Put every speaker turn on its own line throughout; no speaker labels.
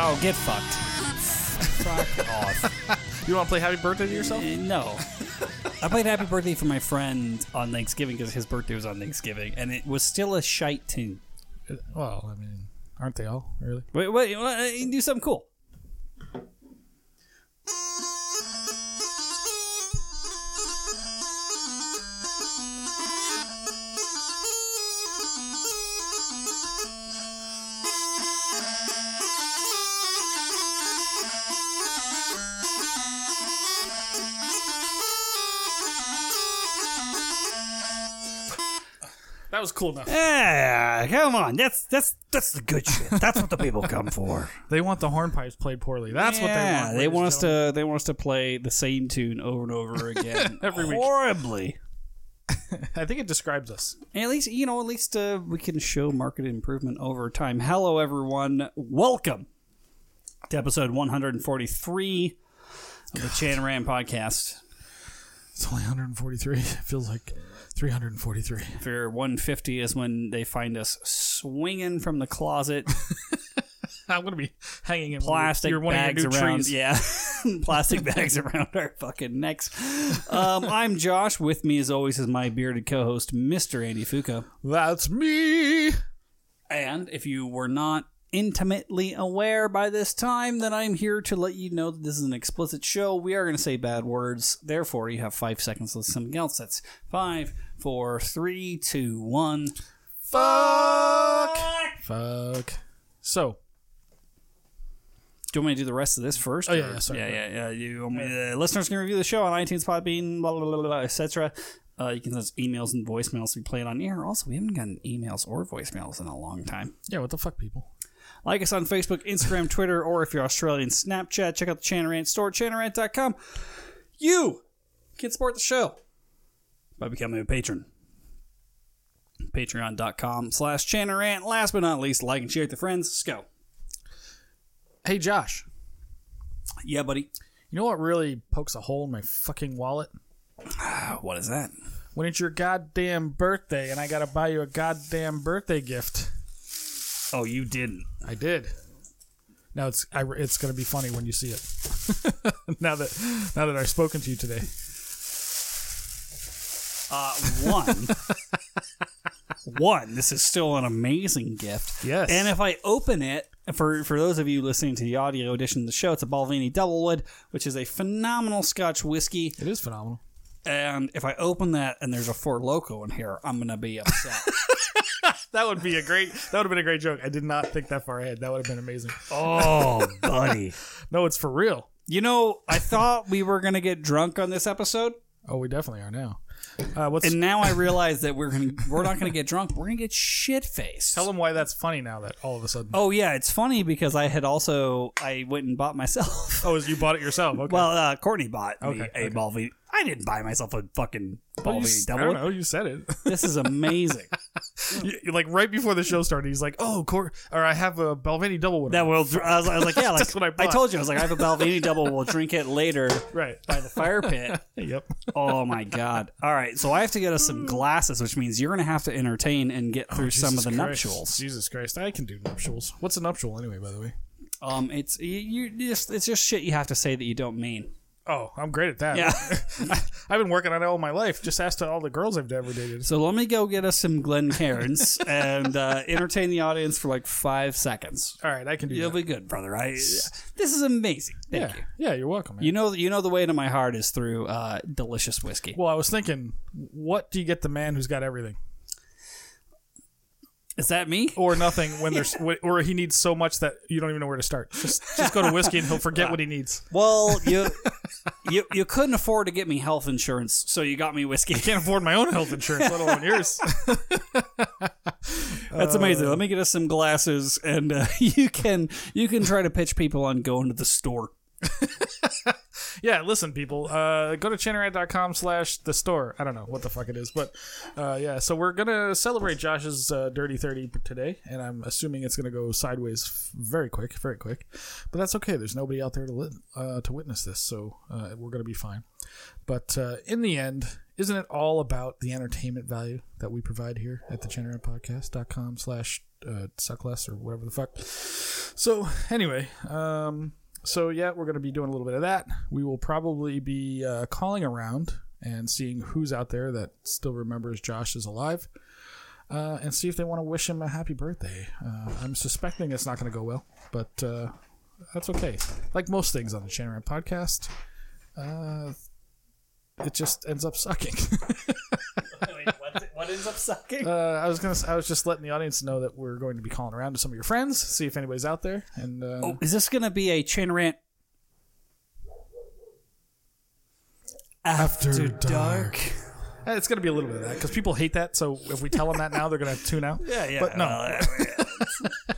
Oh, get fucked. Fuck off.
You want to play Happy Birthday to yourself?
Uh, No. I played Happy Birthday for my friend on Thanksgiving because his birthday was on Thanksgiving, and it was still a shite tune.
Well, I mean, aren't they all really?
Wait, wait, wait do something cool.
That was cool enough.
Yeah, come on. That's that's that's the good shit. That's what the people come for.
They want the hornpipes played poorly. That's
yeah,
what
They
they want. ladies and
want us
gentlemen.
to they want us to play the same tune over and over again
Every week.
horribly.
I think it describes us.
And at least you know, at least uh, we can show market improvement over time. Hello, everyone. Welcome to episode 143 of the Chan Ram podcast.
It's only 143. It feels like 343.
If you're 150 is when they find us swinging from the closet,
I'm gonna be hanging in
plastic
You're one
bags
of your new
around,
trees.
yeah, plastic bags around our fucking necks. Um, I'm Josh. With me, as always, is my bearded co-host, Mr. Andy Fuca.
That's me.
And if you were not intimately aware by this time, then I'm here to let you know that this is an explicit show. We are going to say bad words. Therefore, you have five seconds to listen to something else. That's five, four, three, two, one.
Fuck. Fuck. So
Do you want me to do the rest of this first?
Oh, yeah,
or-
yeah, sorry.
yeah, yeah, yeah. You want me the listeners can review the show on iTunes, Podbean, blah, blah, blah, blah, etc. Uh, you can send us emails and voicemails to be played on air. Also, we haven't gotten emails or voicemails in a long time.
yeah, what the fuck, people?
Like us on Facebook, Instagram, Twitter, or if you're Australian, Snapchat. Check out the Chanarant store, chanarant.com. You can support the show by becoming a patron. Patreon.com slash Chanarant. Last but not least, like and share with your friends. Let's go.
Hey, Josh.
Yeah, buddy.
You know what really pokes a hole in my fucking wallet?
Ah, What is that?
When it's your goddamn birthday and I gotta buy you a goddamn birthday gift.
Oh, you didn't.
I did. Now it's I, it's gonna be funny when you see it. now that now that I've spoken to you today,
Uh, one. one. This is still an amazing gift.
Yes.
And if I open it, for for those of you listening to the audio edition of the show, it's a Balvenie Doublewood, which is a phenomenal Scotch whiskey.
it is phenomenal.
And if I open that and there's a Four Loco in here, I'm gonna be upset.
That would be a great. That would have been a great joke. I did not think that far ahead. That would have been amazing.
oh, buddy.
No, it's for real.
You know, I thought we were gonna get drunk on this episode,
Oh, we definitely are now. Uh, what's
and now I realize that we're gonna we're not gonna get drunk. We're gonna get shit faced.
tell them why that's funny now that all of a sudden. Oh,
Oh yeah, it's funny because I had also I went and bought myself
Oh, is you bought it yourself? Okay.
Well, uh, Courtney bought me
Okay,
a
okay.
Balvenie. I didn't buy myself a fucking
Well, you,
Balvenie
s- I don't
Oh, double.
know. You said it.
This is amazing.
You- you- like right before the show started, he's like, "Oh, Cor- or I have a Belvini double with
that will. I was, I was like, yeah, like
That's what I bought.
told you, I was like, I have a Balvenie double. We'll drink it later
right."
by the fire pit.
yep.
Oh my god! All right, so I have to get us some glasses, which means you're gonna have to entertain and get through some of
Oh, Jesus
the
Christ.
nuptials.
Jesus Christ, I can do nuptials. What's a nuptial anyway? By the way.
Um, it's you, you just it's just shit you have to say that you don't mean.
Oh, I'm great at that.
Yeah.
I, I've been working on it all my life. Just ask to all the girls I've ever dated.
So let me go get us some Glen Cairns and uh, entertain the audience for like five seconds.
All right, I can do
You'll
that.
be good, brother. I, this is amazing. Thank
yeah.
you.
Yeah, you're welcome. Man.
You know, you know the way to my heart is through uh, delicious whiskey.
well, I was thinking, what do you get the man who's got everything
Is that me?
or nothing when there's or he needs so much that you don't even know where to start? Just just go to whiskey and he'll forget what he needs.
Well, you, you you couldn't afford to get me health insurance, so you got me whiskey.
Can't afford my own health insurance, let alone yours.
That's amazing. Let me get us some glasses, and uh, you can you can try to pitch people on going to the store.
yeah, listen, people, uh, go to channerant.com slash the store. I don't know what the fuck it is, but uh, yeah. So we're gonna celebrate Josh's uh, dirty thirty today, and I'm assuming it's gonna go sideways f- very quick, very quick. But that's okay. There's nobody out there to lit- uh, to witness this, so uh, we're gonna be fine. But uh, in the end, isn't it all about the entertainment value that we provide here at the channerantpodcast.com slash uh, suck less or whatever the fuck? So anyway, um, so yeah, we're going to be doing a little bit of that. We will probably be uh, calling around and seeing who's out there that still remembers Josh is alive, uh, and see if they want to wish him a happy birthday. Uh, I'm suspecting it's not going to go well, but uh, that's okay. Like most things on the Channeran podcast, uh, it just ends up sucking.
Wait, what, what ends up sucking?
Uh, I was gonna. s- I was just letting the audience know that we're going to be calling around to some of your friends, see if anybody's out there, and uh,
Oh, is this going to be a chain rant? After, dark.
eh, it's gonna be a little bit of that because people hate that. So if we tell them that now, they're gonna have to tune out.
Yeah, yeah.
But no.
well,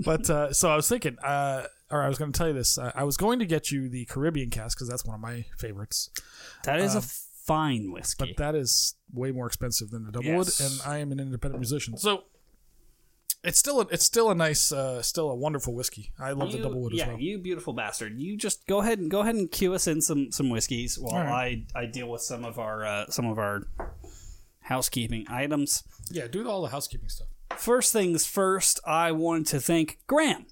But uh, so I was thinking, uh, or I was gonna tell you this. Uh, I was going to get you the Caribbean cast because that's one of my favorites,
that is a fine whiskey.
but that is way more expensive than the Doublewood,
Yes.
and I am an independent musician, so. It's still a, it's still a nice uh, still a wonderful whiskey. I love
You-
the Doublewood
yeah,
as well.
you beautiful bastard. You just go ahead and go ahead and cue us in some some whiskeys while
right.
I I deal with some of our uh, some of our housekeeping items.
yeah, do all the housekeeping stuff.
First things first, I wanted to thank Graham,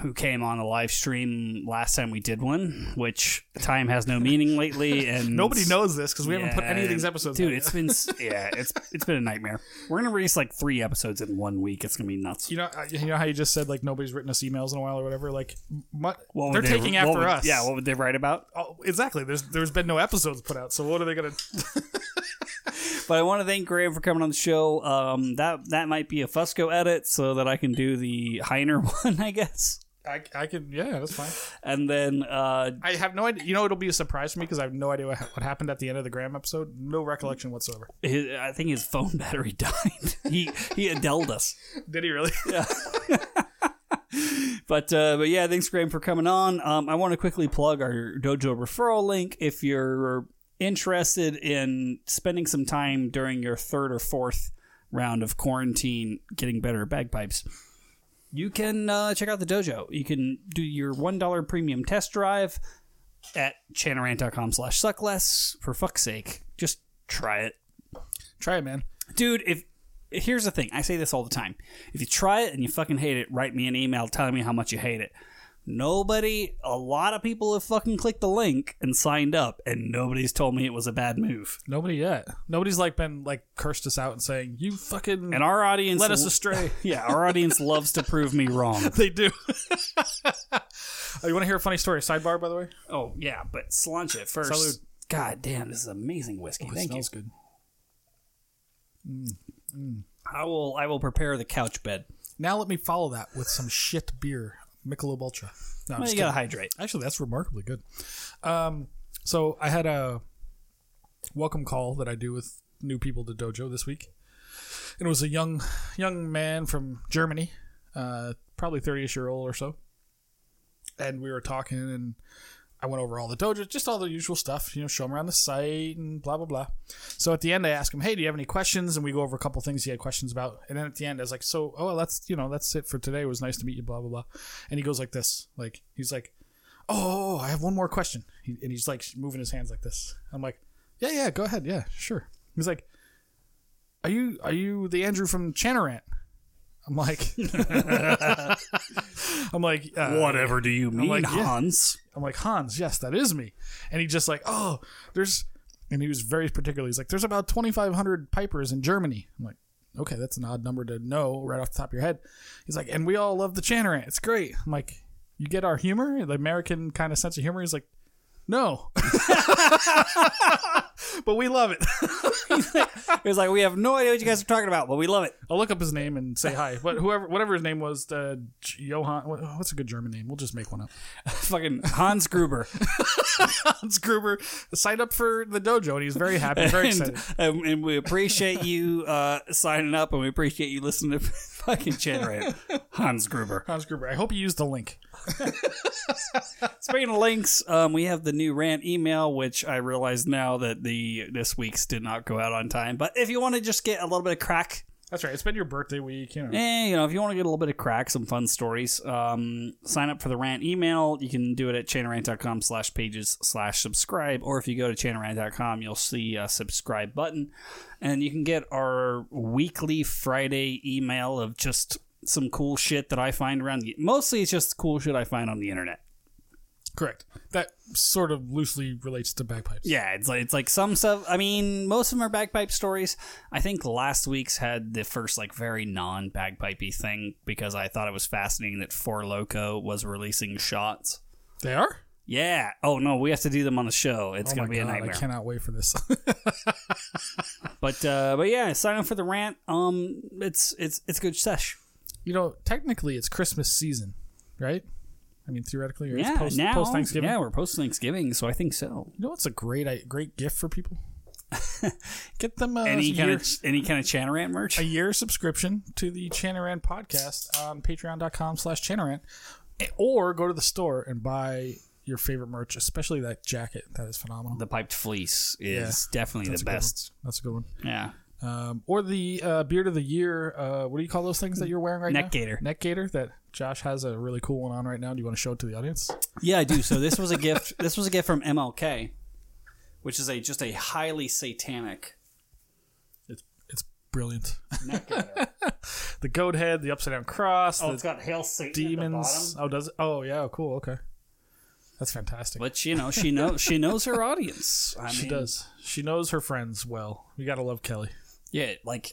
who came on the live stream last time we did one, which time has no meaning lately, and
Nobody knows this because we haven't put any of these
Yeah,
episodes.
Dude,
out
it's been s- yeah, it's it's been a nightmare. We're gonna release like three episodes in one week. It's gonna be nuts.
You know, uh, you know how you just said like nobody's written us emails in a while or whatever. Like, what,
What would
they're
they-
taking
what
after
would-
us.
Yeah, what would they write about?
oh, exactly. There's there's been no episodes put out, so what are they gonna?
But I want to thank Graham for coming on the show. Um, that that might be a Fusco edit so that I can do the Heiner one, I guess.
I, I can yeah, that's fine.
And then uh,
I have no idea. You know, it'll be a surprise to me because I have no idea what, ha- what happened at the end of the Graham episode. No recollection whatsoever.
his, I think his phone battery died. he he Adele us.
Did he really?
But uh, but yeah, thanks Graham for coming on. Um, I want to quickly plug our dojo referral link if you're interested in spending some time during your third or fourth round of quarantine getting better at bagpipes. You can uh, check out the dojo. You can do your one dollar premium test drive at chanarant.com slash suckless. For fuck's sake, just try it
Try it, man.
dude if here's the thing i say this all the time if you try it and you fucking hate it write me an email telling me how much you hate it nobody a lot of people have fucking clicked the link and signed up and nobody's told me it was a bad move
Nobody yet. Nobody's like been like cursed us out and saying you fucking
and our audience
led us astray.
yeah our audience loves to prove me wrong
they do. oh, you want to hear a funny story? Sidebar, by the way.
oh yeah but slunch it first Oh,
Salud.
god damn this is amazing whiskey
It
thank you
smells good.
i will i will prepare the couch bed
Now let me follow that with some shit beer, Michelob Ultra. No, I'm
well,
just
you
kidding.
gotta hydrate
Actually, that's remarkably good. Um, so I had a welcome call that I do with new people to dojo this week, and it was a young young man from Germany, uh, probably thirty-ish year old or so, and we were talking, and I went over all the dojo, just all the usual stuff, you know, show him around the site and blah blah blah. So at the end, I asked him, "Hey, do you have any questions?" And we go over a couple things he had questions about, and then at the end, I was like, "So, oh, that's you know, that's it for today. It was nice to meet you." Blah blah blah, and he goes like this, like he's like oh, I have one more question. He, and he's like moving his hands like this. I'm like, yeah, yeah, go ahead. Yeah, sure. He's like, are you are you the Andrew from Chanarant? I'm like, I'm like, uh,
whatever do you mean
like, yeah.
hans
I'm like, Hans, yes, that is me. And he just like, oh, there's, and he was very particular. He's like, there's about 2,500 pipers in Germany. I'm like, okay, that's an odd number to know right off the top of your head. He's like, and we all love the Chanarant. It's great. I'm like, you get our humor, the American kind of sense of humor. He's like, no, but we love it.
it was like we have no idea what you guys are talking about but we love it
I'll look up his name and say hi. But whoever, whatever his name was, uh, J- Johann. what- What's a good German name? We'll just make one up.
fucking hans gruber
Hans Gruber signed up for the dojo, and he's very happy, very excited.
and, um, and we appreciate you uh, signing up, and we appreciate you listening to fucking Chin Rant, Hans Gruber.
Hans Gruber. I hope you used the link.
Speaking of links, um, we have the new rant email, which I realize now that the this week's did not go out on time. But if you want to just get a little bit of crack,
That's right. It's been your birthday week. You know.
eh, you know, if you want to get a little bit of crack, some fun stories, um, sign up for the rant email. You can do it at chanarant.com slash pages slash subscribe, or if you go to chanarant.com, you'll see a subscribe button, and you can get our weekly Friday email of just some cool shit that I find around the. Mostly it's just cool shit I find on the internet.
Correct. That sort of loosely relates to bagpipes.
Yeah, it's like it's like some stuff. I mean, most of them are bagpipe stories. I think last week's had the first like very non bagpipey thing because I thought it was fascinating that Four Loco was releasing shots.
They are?
Yeah. Oh no, we have to do them on the show. It's
Oh
gonna
my
be a
God, I
nightmare.
cannot wait for this.
But uh, but yeah, sign up for the rant. Um, it's it's it's a good sesh.
you know, technically it's Christmas season, right? I mean, theoretically, or
Yeah,
it's post,
now
post Thanksgiving.
Yeah, we're post Thanksgiving, so I think so.
You know what's a great i- great gift for people? Get them uh,
Any
a,
kind
year,
of any kind of Chanarant merch.
a year subscription to the Chanarant podcast on patreon.com slash Chanarant. Or go to the store and buy your favorite merch, especially that jacket. That is phenomenal.
the piped fleece is definitely the
a good one.
best.
That's a good one.
Yeah.
Um, or the uh, beard of the year. Uh, what do you call those things that you're wearing right
Neck
now?
gaiter.
Neck gaiter. That Josh has a really cool one on right now. Do you want to show it to the audience?
Yeah, I do. So this was a gift. This was a gift from MLK, which is a just a highly satanic.
It's it's brilliant.
Neck gaiter.
The goat head, the upside down cross,
oh,
the
it's got hail Satan
demons. Oh, does it? Oh, yeah. Cool. Okay. That's fantastic.
But you know, she knows she knows her audience. I
she
mean,
does. She knows her friends well. We gotta love Kelly.
Yeah, like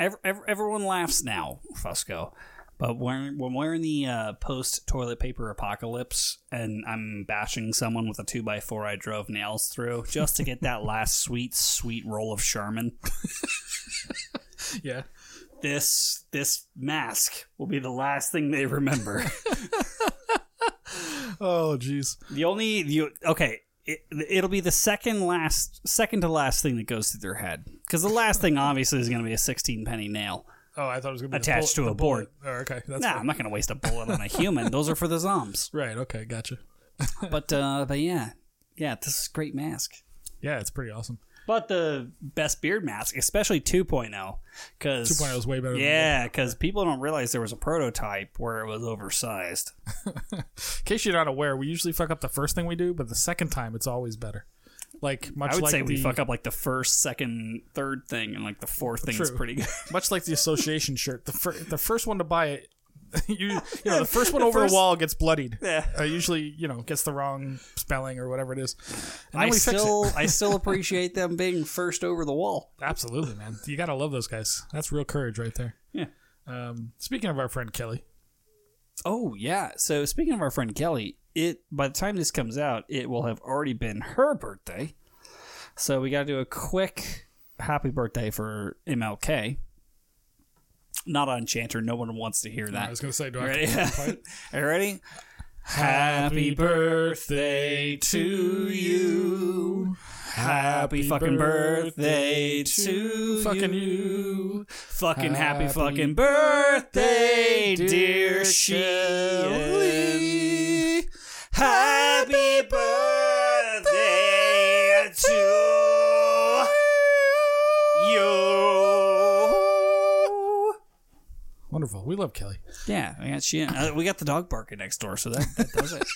ev ev- everyone laughs now, Fusco. But when, when we're in the uh, post toilet paper apocalypse and I'm bashing someone with a 2x4 I drove nails through just to get that last sweet, sweet roll of Sherman,
Yeah.
this this mask will be the last thing they remember.
Oh, jeez.
the only, the, okay, it, it'll be the second last, second to last thing that goes through their head. Because the last thing obviously is going to be a 16 penny nail.
Oh, I thought it was gonna be the
Attached
bullet-
to a
the bullet. Oh, okay. That's
Nah, I'm not going to waste a bullet on a human. Those are for the zombs.
right. Okay. Gotcha.
but uh, but yeah, yeah, this is a great mask.
Yeah, it's pretty awesome.
But the best beard mask, especially 2.0, because
2.0 is way better. Than
Yeah, because people don't realize there was a prototype where it was oversized.
In case you're not aware, we usually fuck up the first thing we do, but the second time it's always better. Like much
I would
like
say
the,
we fuck up like the first, second, third thing, and like the fourth thing's
True.
pretty good.
much like the association shirt. The fir- the first one to buy it, you, you know, the first one
The
over
first-
the wall gets bloodied.
Yeah.
Uh, usually, you know, gets the wrong spelling or whatever it is. And
I
then we fix it.
still I still appreciate them being first over the wall.
Absolutely, man. You gotta love those guys. That's real courage right there.
Yeah.
Um, speaking of our friend Kelly,
Oh yeah. So speaking of our friend Kelly, it by the time this comes out, it will have already been her birthday. So we got to do a quick happy birthday for MLK. Not on Chanter. No one wants to hear
I
that.
was gonna say, do
You
I?
ready? Are you ready?
Happy
birthday
to you.
Happy fucking birthday to
fucking
you. Fucking happy,
Happy
fucking birthday, dear Shelley. Happy birthday to you.
Wonderful. We love Kelly.
Yeah, I got she. Uh, we got the dog barking next door, so that, that does it.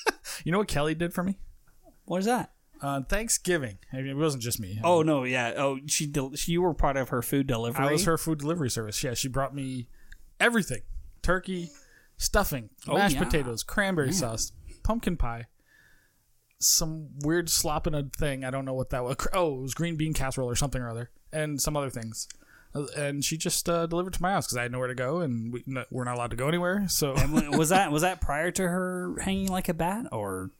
You know what Kelly did for me
What is that?
on Thanksgiving? I mean, it wasn't just me.
Oh no, yeah. Oh, she. Del- she you were part of her food delivery.
I was her food delivery service. Yeah, she brought me everything: turkey, stuffing, mashed
Oh, yeah.
potatoes, cranberry sauce, pumpkin pie, some weird slop in a thing. I don't know what that was. Oh, it was green bean casserole or something or other, and some other things. Uh, And she just uh, delivered to my house because I had nowhere to go, and we, no, we're not allowed to go anywhere. So
was that was that prior to her hanging like a bat or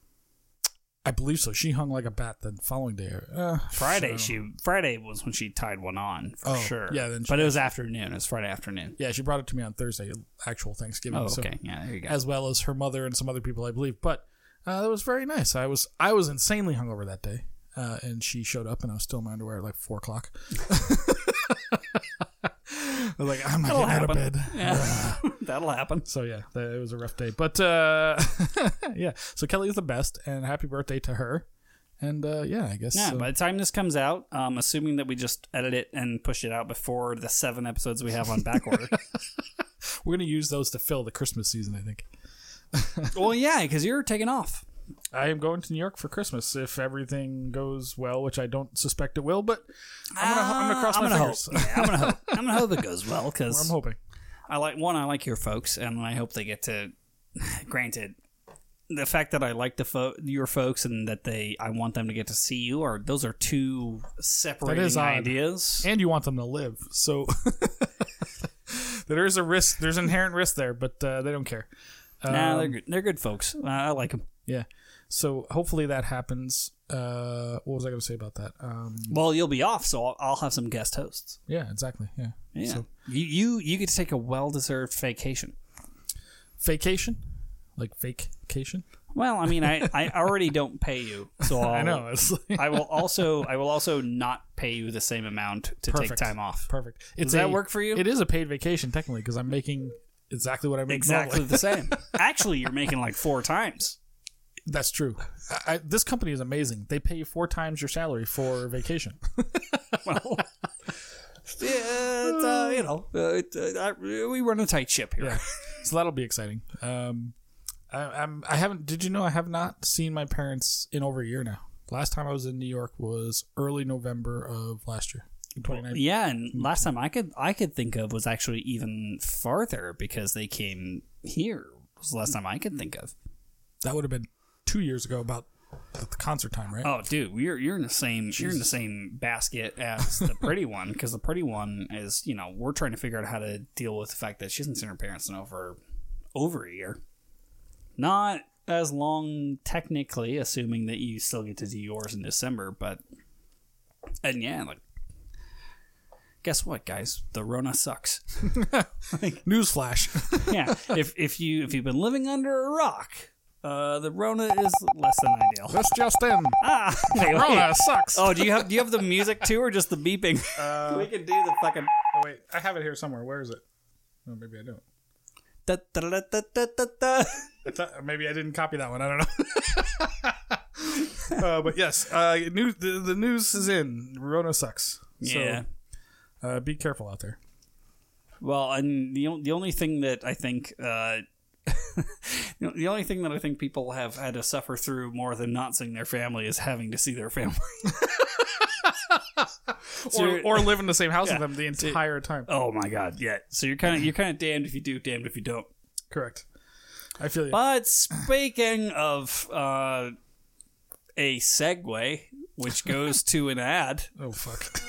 I believe so. She hung like a bat the following day. Uh,
Friday? She Friday was when she tied one on for
Oh,
sure.
yeah, then she-
but it was afternoon. It was Friday afternoon.
yeah, she brought it to me on Thursday, actual Thanksgiving.
Oh,
so-
okay. Yeah, there you go.
as well as her mother and some other people, I believe. But uh, that was very nice. I was I was insanely hungover that day, uh, and she showed up, and I was still in my underwear at like four o'clock. I was like, I'm not
That'll
getting out of
happen.
bed.
Yeah. That'll happen.
So yeah, that, it was a rough day, but uh, yeah. So Kelly is the best, and happy birthday to her. And uh, yeah, I guess
Yeah.
uh,
By the time this comes out, um, assuming that we just edit it and push it out before the seven episodes we have on backorder.
we're gonna use those to fill the Christmas season. I think
well, yeah, because you're taking off.
I am going to New York for Christmas if everything goes well, which I don't suspect it will. But I'm gonna, I'm gonna
Ah,
cross
Uh, I'm gonna
my fingers.
hope. Yeah, I'm gonna hope. I'm gonna hope it goes well
I'm
because
hoping.
I like one. I like your folks, and I hope they get to. Granted, the fact that I like the fo- your folks and that they I want them to get to see you are those are two separating
odd.
ideas.
and you want them to live. So there is a risk. There's inherent risk there, but uh, they don't care.
nah,
Um,
they're good. they're good folks. Uh, I like them.
yeah. So hopefully that happens. Uh, what was I going to say about that? Um,
Well, you'll be off, so I'll, I'll have some guest hosts.
yeah, exactly. Yeah.
Yeah,
So
you you you get to take a well deserved vacation.
vacation, like vacation.
Well, I mean, I, I already don't pay you, so I'll,
I know. It's like,
I will also I will also not pay you the same amount to take
Perfect.
time off.
perfect. It's
that
a-
work for you?
It is a paid vacation technically because I'm making exactly what I make
Exactly
normally.
the same. Actually, you're making like four times.
That's true. I, I, this company is amazing. They pay you four times your salary for vacation.
Well, yeah, it's, uh, you know, uh, it, uh, I- we run a tight ship here.
Yeah. so that'll be exciting. Um, I, I'm. I haven't. Did you know I have not seen my parents in over a year now? Last time I was in New York was early November of last year, 2019.
Yeah, and last time I could I could think of was actually even farther because they came here. Was the last time I could think of.
That would have been two years ago, about the concert time, right?
Oh, dude, you're you're in the same you're in the same basket as the pretty one because the pretty one is you know we're trying to figure out how to deal with the fact that she hasn't seen her parents in over over a year, not as long technically, assuming that you still get to do yours in December, but and yeah, like guess what, guys, the Rona sucks.
Newsflash.
yeah, if if you if you've been living under a rock, uh, the Rona is less than ideal.
That's just in.
Ah, wait, wait.
Corona sucks.
Oh, do you have do you have the music too, or just the beeping?
Uh,
we can do the fucking.
oh, wait, I have it here somewhere. Where is it? Oh, maybe I don't.
Da, da, da, da, da, da, da.
I thought- maybe I didn't copy that one. I don't know. uh, but yes, uh, news, the, the news is in. Rona sucks.
Yeah.
So, uh, be careful out there.
Well, and the on- the only thing that I think. Uh, you know, the only thing that I think people have had to suffer through more than not seeing their family is having to see their family.
or,
you're-
or live in the same house with them the entire time.
Oh my god, yeah. So you're kind of you're kind of damned if you do, damned if you don't.
Correct. I feel you.
But speaking of uh, a segue, which goes to an ad.
oh fuck.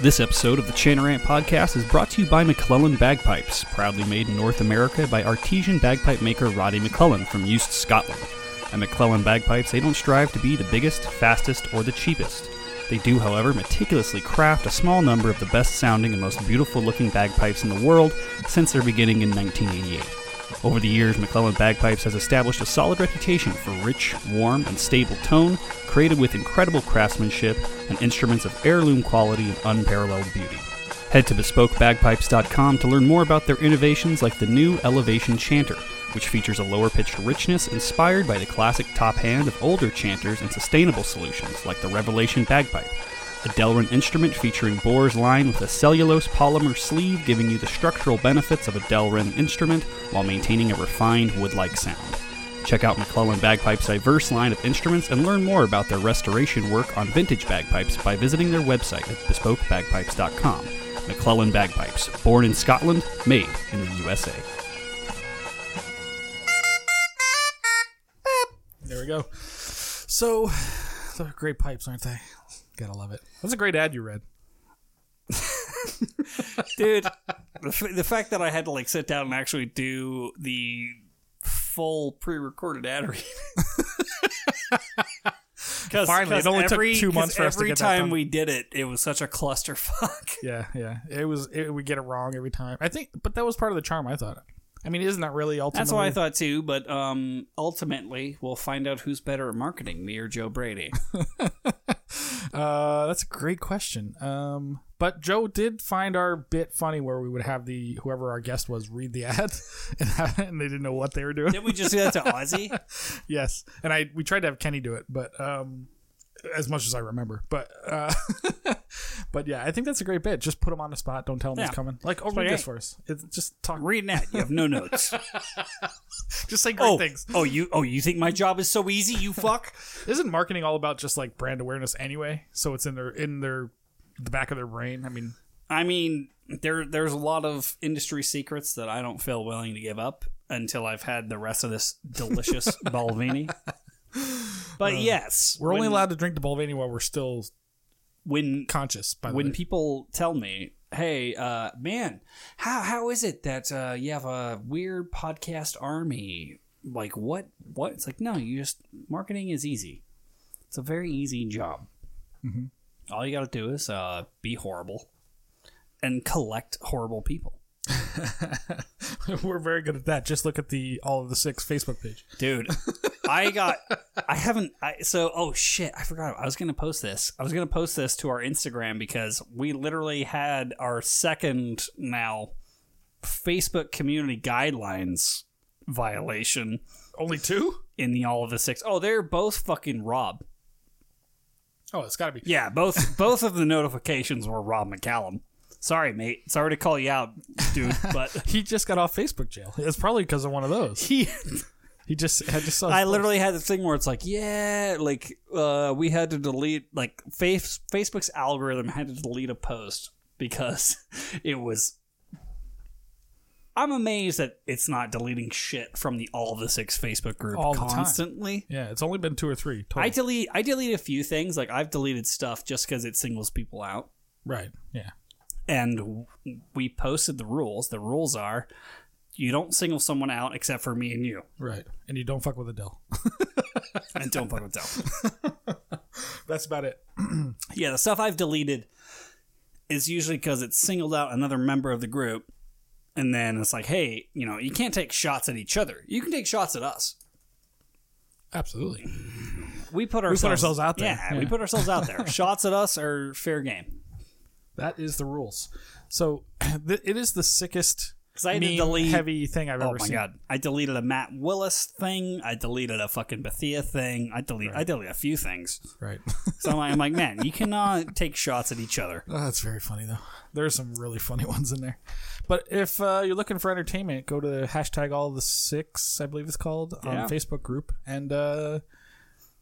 This episode of the Chanarant Podcast is brought to you by McClellan Bagpipes, proudly made in North America by artesian bagpipe maker Roddy McClellan from Eust, Scotland. At McClellan Bagpipes, they don't strive to be the biggest, fastest, or the cheapest. They do, however, meticulously craft a small number of the best sounding and most beautiful looking bagpipes in the world since their beginning in 1988. Over the years, McClellan Bagpipes has established a solid reputation for rich, warm, and stable tone, created with incredible craftsmanship and instruments of heirloom quality and unparalleled beauty. Head to bespokebagpipes.com to learn more about their innovations like the new Elevation Chanter, which features a lower pitched richness inspired by the classic top hand of older chanters and sustainable solutions like the Revelation Bagpipe, a Delrin instrument featuring Bohr's line with a cellulose polymer sleeve giving you the structural benefits of a Delrin instrument while maintaining a refined wood like sound. Check out McClellan Bagpipes' diverse line of instruments and learn more about their restoration work on vintage bagpipes by visiting their website at bespokebagpipes.com. McClellan Bagpipes, born in Scotland, made in the USA.
There we go. So, they're great pipes, aren't they? Gotta love it. That's a great ad you read.
Dude, the, f- the fact that I had to like sit down and actually do the full pre-recorded ad read. Cause,
Finally, it
'cause
only took
every,
two
'cause
months for us to
every
get that
time
done.
we did it, it was such a clusterfuck.
Yeah, yeah. It was. It, we get it wrong every time. I think, but that was part of the charm. I thought. I mean, isn't that really ultimately?
That's what I thought too, but um, ultimately we'll find out who's better at marketing, me or Joe Brady.
Uh, that's a great question. Um, but Joe did find our bit funny where we would have the whoever our guest was read the ad, and, and they didn't know what they were doing.
Did we just do that to Ozzy?
Yes, and I we tried to have Kenny do it, but um, as much as I remember, but uh, but yeah, I think that's a great bit. Just put him on the spot. Don't tell him
Yeah.
he's coming. Like, oh,
what
read
I
this
ate.
for us. It's just talk.
Reading that, you have no notes.
Just say great
oh,
things.
oh, you, oh, you think my job is so easy? You fuck.
Isn't marketing all about just like brand awareness anyway? So it's in their in their the back of their brain. I mean,
I mean, there there's a lot of industry secrets that I don't feel willing to give up until I've had the rest of this delicious Balvini. But yes,
We're only
when-
allowed to drink the Balvenie while we're still
when
conscious. By the
when
way,
people tell me, "Hey, uh, man, how how is it that uh, you have a weird podcast army? Like what what?" It's like, no, you just marketing is easy. It's a very easy job.
Mhm.
All you got to do is uh, be horrible and collect horrible people,
we're very good at that. Just look at the all of the six Facebook page.
dude. I got. I haven't. I, so, oh shit! I forgot. I was gonna post this. I was gonna post this to our Instagram because we literally had our second now Facebook community guidelines violation
Only two?
in the all of the six. Oh, they're both fucking Rob.
Oh, it's got to be.
Yeah, both both of the notifications were Rob McCallum. Sorry, mate. Sorry to call you out, dude, but
He just got off Facebook jail. It's probably because of one of those.
he
He just had just saw.
I literally had this thing where it's like, yeah, like uh, we had to delete like face, Facebook's algorithm had to delete a post because it was. I'm amazed that it's not deleting shit from the all the six Facebook group
All the time.
constantly.
Yeah, it's only been two or three. Total.
I delete I delete a few things like I've deleted stuff just because it singles people out
right. Yeah.
and w- we posted the rules. The rules are you don't single someone out except for me and you
Right. And you don't fuck with Adele.
and don't fuck with Dell.
That's about it.
Yeah, the stuff I've deleted is usually because it singled out another member of the group, and then it's like, hey, you know, you can't take shots at each other. You can take shots at us.
Absolutely.
We put ourselves,
ourselves out there.
Yeah,
Yeah.
we put ourselves out there. shots at us are fair game.
That is the rules. So th- it is the sickest,
'Cause I had to
meme
delete-
heavy thing I've
Oh
ever
my
seen.
god! I deleted a Matt Willis thing. I deleted a fucking Bethia thing. I delete. I deleted a few things.
Right.
So I'm like, I'm like, man, you cannot take shots at each other.
Oh, that's very funny though. There's some really funny ones in there. But if uh, you're looking for entertainment, go to hashtag all the six, I believe it's called,
Yeah.
on Facebook group and uh,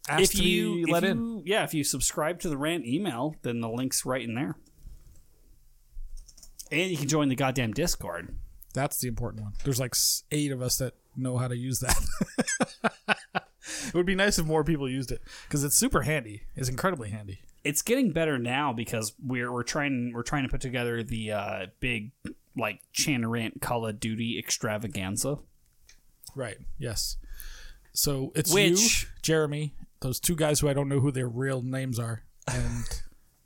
ask
if
to be
you if
let in.
you- yeah, if you subscribe to the rant email, then the link's right in there. And you can join the goddamn Discord.
That's the important one. There's like s- eight of us that know how to use that. it would be nice if more people used it because it's super handy. It's incredibly handy.
It's getting better now because we're we're trying we're trying to put together the uh, big like Chanarant Call of Duty extravaganza.
Right. Yes. So it's
Which-
you, Jeremy, those two guys who I don't know who their real names are, and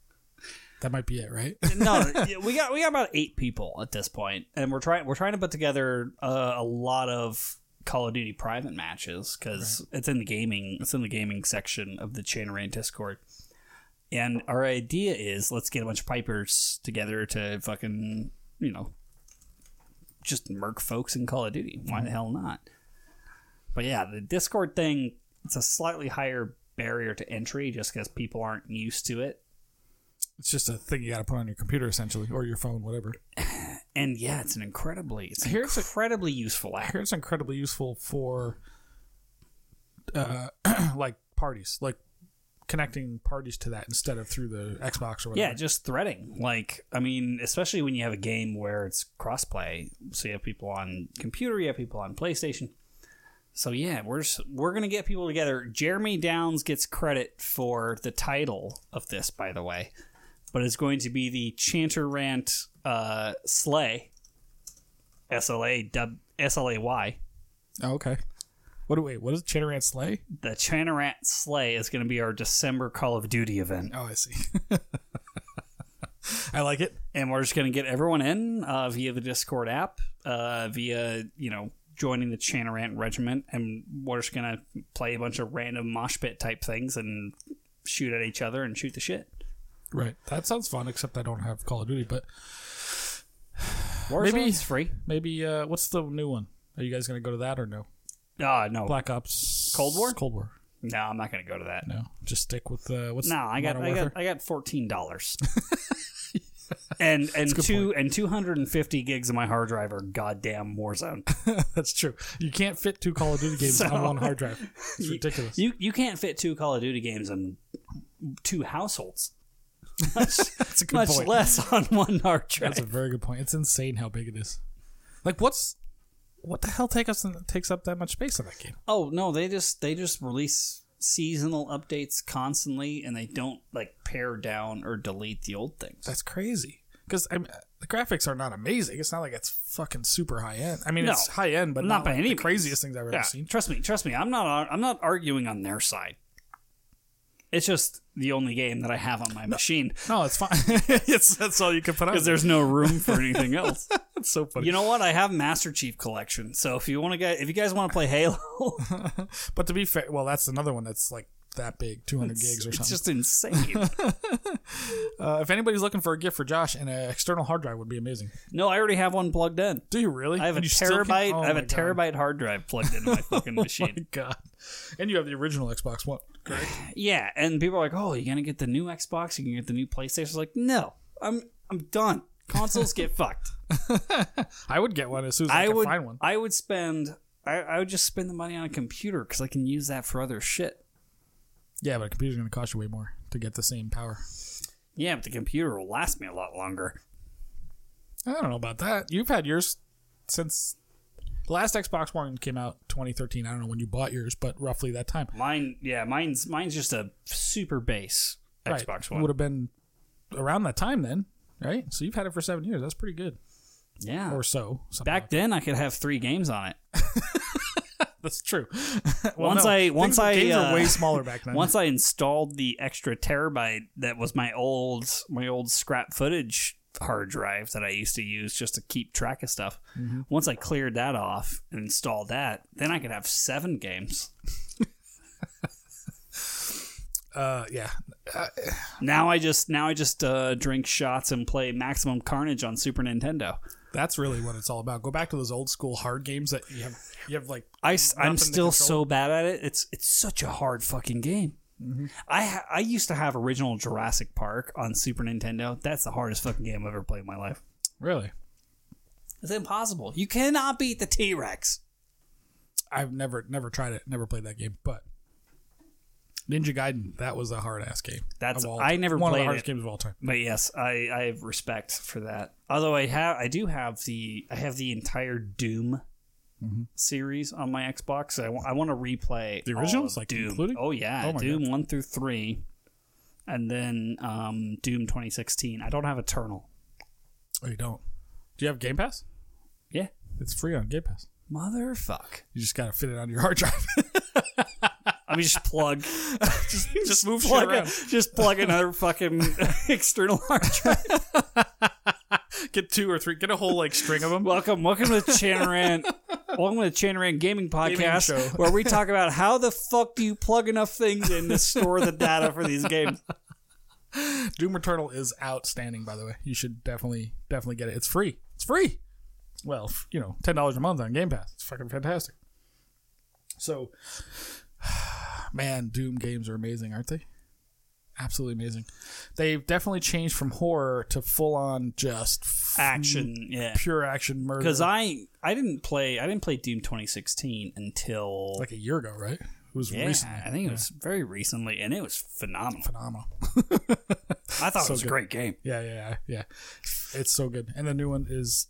that might be it, right?
no, yeah, we got we got about eight people at this point, and we're trying we're trying to put together uh, a lot of Call of Duty private matches because it's in the gaming it's in the gaming section of the Chainrant Discord. And our idea is let's get a bunch of pipers together to fucking you know just murk folks in Call of Duty. Why the hell not? But yeah, the Discord thing it's a slightly higher barrier to entry just because people aren't used to it.
It's just a thing you got to put on your computer, essentially, or your phone, whatever.
And yeah, it's an incredibly it's an
Here's a-
incredibly useful app.
It's incredibly useful for, uh, like parties, like connecting parties to that instead of through the Xbox or whatever.
Yeah, just threading. Like, I mean, especially when you have a game where it's crossplay, so you have people on computer, you have people on PlayStation. So yeah, we're s we're gonna get people together. Jeremy Downs gets credit for the title of this, by the way, but it's going to be the Chanter Rant uh, Slay, S L A W S L A Y.
Oh, okay. What do wait? What is Chanterant Slay?
The Chanter Rant Slay is going to be our December Call of Duty event.
Oh, I see. I like it.
and we're just going to get everyone in uh, via the Discord app, uh, via you know joining the Chanarant regiment, and we're just going to play a bunch of random mosh pit type things and shoot at each other and shoot the shit.
Right. That sounds fun. Except I don't have Call of Duty, but
Warzone's
Maybe-
free.
Maybe uh, what's the new one? Are you guys gonna go to that or no?
Ah, no,
Black Ops
Cold War?
Cold War.
no, I'm not going to go to that.
No, just stick with uh, what's
No, I got,
Modern
I got,
Warfare?
I got fourteen dollars. And and two and two hundred and fifty gigs of my hard drive are goddamn Warzone.
That's true. You can't fit two Call of Duty games
So-
on one hard drive. It's ridiculous.
You you can't fit two Call of Duty games in two households. much,
That's a good
much
point.
less on one hard drive.
That's a very good point. It's insane how big it is. Like, what's what the hell take us takes up that much space in that game?
Oh no, they just they just release seasonal updates constantly, and they don't like pare down or delete the old things.
That's crazy. Because I mean, the graphics are not amazing. It's not like it's fucking super high end. I mean,
No.
it's high end, but
Not
not,
by
like the
any means.
craziest things I've ever
yeah,
seen.
trust me, trust me. I'm not uh, I'm not arguing on their side. It's just the only game that I have on my machine
No, it's fine. it's, that's all you can put on.
because there's no room for anything else.
That's so funny.
you know what? I have Master Chief Collection, so if you want to get if you guys want to play Halo,
but to be fair, well, that's another one that's like that big, 200 gigs or
it's
something.
just insane.
uh, if anybody's looking for a gift for Josh, an uh, external hard drive would be amazing.
no, I already have one plugged in.
Do you really?
I have a
And you still can-
terabyte.
Oh
I have
my
a
God.
terabyte hard drive plugged into my fucking machine.
My God. And you have the original Xbox One.
Yeah, and people are like, "Oh, you're gonna get the new Xbox? You can get the new PlayStation?" It's like, no, I'm I'm done. Consoles get fucked.
I would get one as soon as I,
I
can
would
find one.
I would spend I, I would just spend the money on a computer because I can use that for other shit.
Yeah, but a computer's going to cost you way more to get the same power.
Yeah, but the computer will last me a lot longer.
I don't know about that. You've had yours since the last Xbox One came out 2013. I don't know when you bought yours, but roughly that time.
Mine, yeah, mine's mine's just a super base Xbox One.
would have been around that time then, right? So you've had it for seven years. That's pretty good,
yeah,
or so. something
back then I could have three games on it.
like- that's true. well,
Once
no.
I once
Things-
I
games
uh,
are way smaller back then.
Once I installed the extra terabyte that was my old my old scrap footage hard drive that I used to use just to keep track of stuff. Once I cleared that off and installed that, then I could have seven games.
uh, yeah,
Now I just now I just uh, drink shots and play Maximum Carnage on Super Nintendo.
that's really what it's all about. Go back to those old school hard games that you have. You have like
I s- I'm
Nothing to
still so bad at it. It's it's such a hard fucking game. I ha- I used to have original Jurassic Park on Super Nintendo. That's the hardest fucking game I've ever played in my life.
really.
It's impossible. You cannot beat the T Rex.
I've never never tried it. Never played that game, but. Ninja Gaiden, that was a hard ass game.
That's-
Of all
I
time.
never
one of
played
the hardest
it.
games of all time.
But yes, I, I have respect for that. Although I have I do have the I have the entire Doom series on my Xbox. I want to replay
Mm-hmm. The
all
originals,
of
like,
Doom.
including?
Oh yeah,
Oh my
Doom one through three, and then um, Doom 2016. I don't have Eternal.
Oh, you don't. Do you have Game Pass?
Yeah,
It's free on Game Pass.
motherfuck.
You just gotta fit it on your hard drive.
I mean, just plug,
just, just move shit
plug, a-
around.
just plug another fucking external hard drive.
Get two or three. Get a whole like string of them.
Welcome, welcome to the Chanarant. welcome to the Chanarant Gaming Podcast,
show.
where we talk about how the fuck do you plug enough things in to store the data for these games.
Doom Eternal is outstanding, by the way. You should definitely, definitely get it. It's free. It's free. Well, f- you know, ten dollars a month on Game Pass. It's fucking fantastic. So, man, Doom games are amazing, aren't they? Absolutely amazing. They've definitely changed from horror to full on just f-
Action, yeah.
pure action murder.
Because I I didn't play I didn't play Doom 2016 until
like a year ago, right? It was
yeah,
recent.
I think it was very recently, and it was phenomenal.
Phenomenal.
I thought
So
it was
good.
a Oh, great game.
Yeah, yeah, yeah. It's so good. And the new one is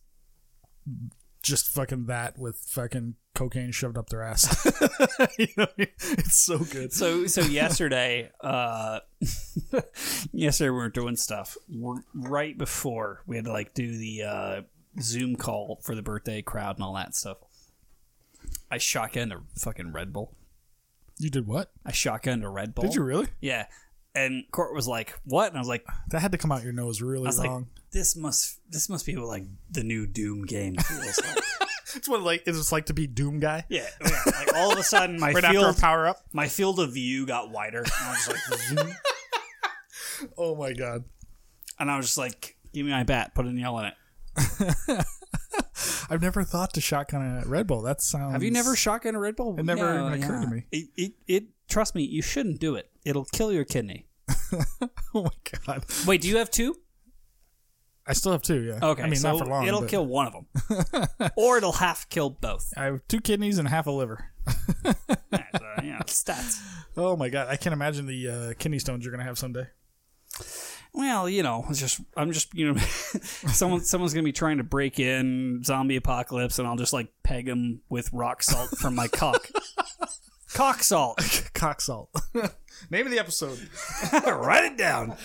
just fucking that with fucking cocaine shoved up their ass. you know, what I mean? it's so good.
So so yesterday, uh, yesterday we were doing stuff R- right before we had to like do the uh, Zoom call for the birthday crowd and all that stuff. I shotgunned a fucking Red Bull.
You did what?
I shotgunned a Red Bull.
Did you really?
Yeah. And Court was like, "What?" And I was like, "I
That had to come out your nose really
was
wrong.
like, this must this must be what like the new Doom game feels like."
it's what like it's like to be Doom guy
yeah, yeah. Like all of a sudden, my
right
field
after a power up.
my field of view got wider. And I was like, "Zoom."
Oh my god.
and I was just like, "Give me my bat. Put a nail in it."
I've never thought to shotgun a Red Bull. That sounds
Have you never shotgun a Red Bull? It
never even occurred to me.
It, it, it, trust me, you shouldn't do it. It'll kill your kidney.
Oh my god.
Wait, do you have two?
I still have two, yeah.
Okay,
I mean
so
not for long.
It'll
but
kill one of them, or it'll half kill both.
I have two kidneys and half a liver.
Yeah, so, yeah, uh, stats.
Oh my god, I can't imagine the uh, kidney stones you're gonna have someday.
well, you know, it's just I'm just you know, someone someone's gonna be trying to break in zombie apocalypse, and I'll just like peg them with rock salt from my cock. cock salt.
Cock salt. Name of the episode.
Write it down.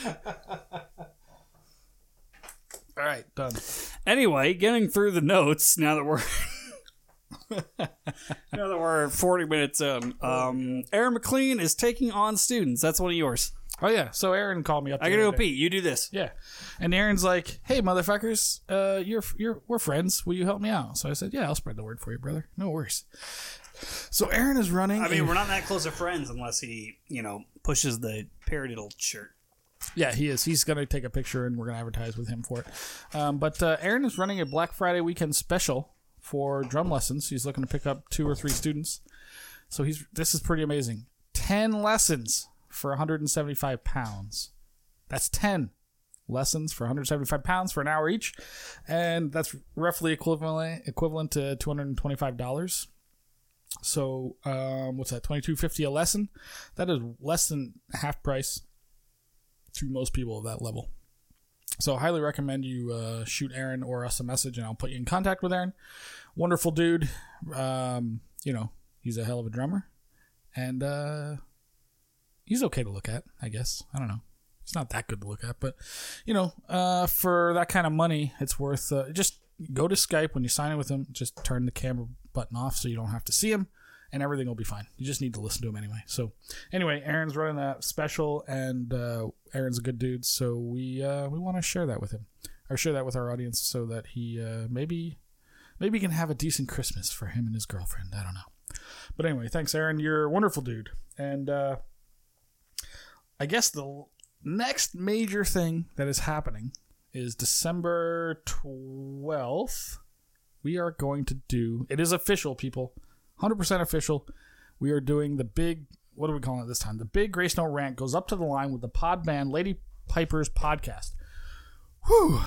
All right, done.
Anyway, getting through the notes now that we're now that we're 40 minutes um, um Aaron McLean is taking on students. That's one of yours.
Oh yeah, so Aaron called me up.
I
the
gotta go
other day.
pee. You do this.
Yeah, and Aaron's like, "Hey, motherfuckers, uh, you're you're we're friends. Will you help me out?" So I said, "Yeah, I'll spread the word for you, brother. No worries." So Aaron is running.
I mean,
and-
we're not that close of friends unless he, you know, pushes the paradiddle shirt.
Yeah, he is. He's going to take a picture and we're going to advertise with him for it. Um, but uh, Aaron is running a Black Friday weekend special for drum lessons. He's looking to pick up two or three students. So he's this is pretty amazing. 10 lessons for 175 pounds. That's 10 lessons for 175 pounds for an hour each. And that's roughly equivalent equivalent to $225. So um, what's that? 2250 a lesson. That is less than half price to most people of that level. So I highly recommend you uh, shoot Aaron or us a message, and I'll put you in contact with Aaron. Wonderful dude. Um, you know, he's a hell of a drummer, and uh, he's okay to look at, I guess. I don't know. He's not that good to look at, but you know, uh, for that kind of money, it's worth. Uh, just go to Skype when you sign in with him. Just turn the camera button off so you don't have to see him, and everything will be fine. You just need to listen to him anyway. So anyway, Aaron's running a special, and uh, Aaron's a good dude, so we uh, we want to share that with him, or share that with our audience, so that he uh, maybe maybe he can have a decent Christmas for him and his girlfriend. I don't know, but anyway, thanks, Aaron. You're a wonderful dude, and uh, I guess the l- next major thing that is happening is December twelfth. We are going to do it is official, people, hundred percent official we are doing the big what are we calling it this time the big grace note rant goes up to the line with the pod band lady piper's podcast whew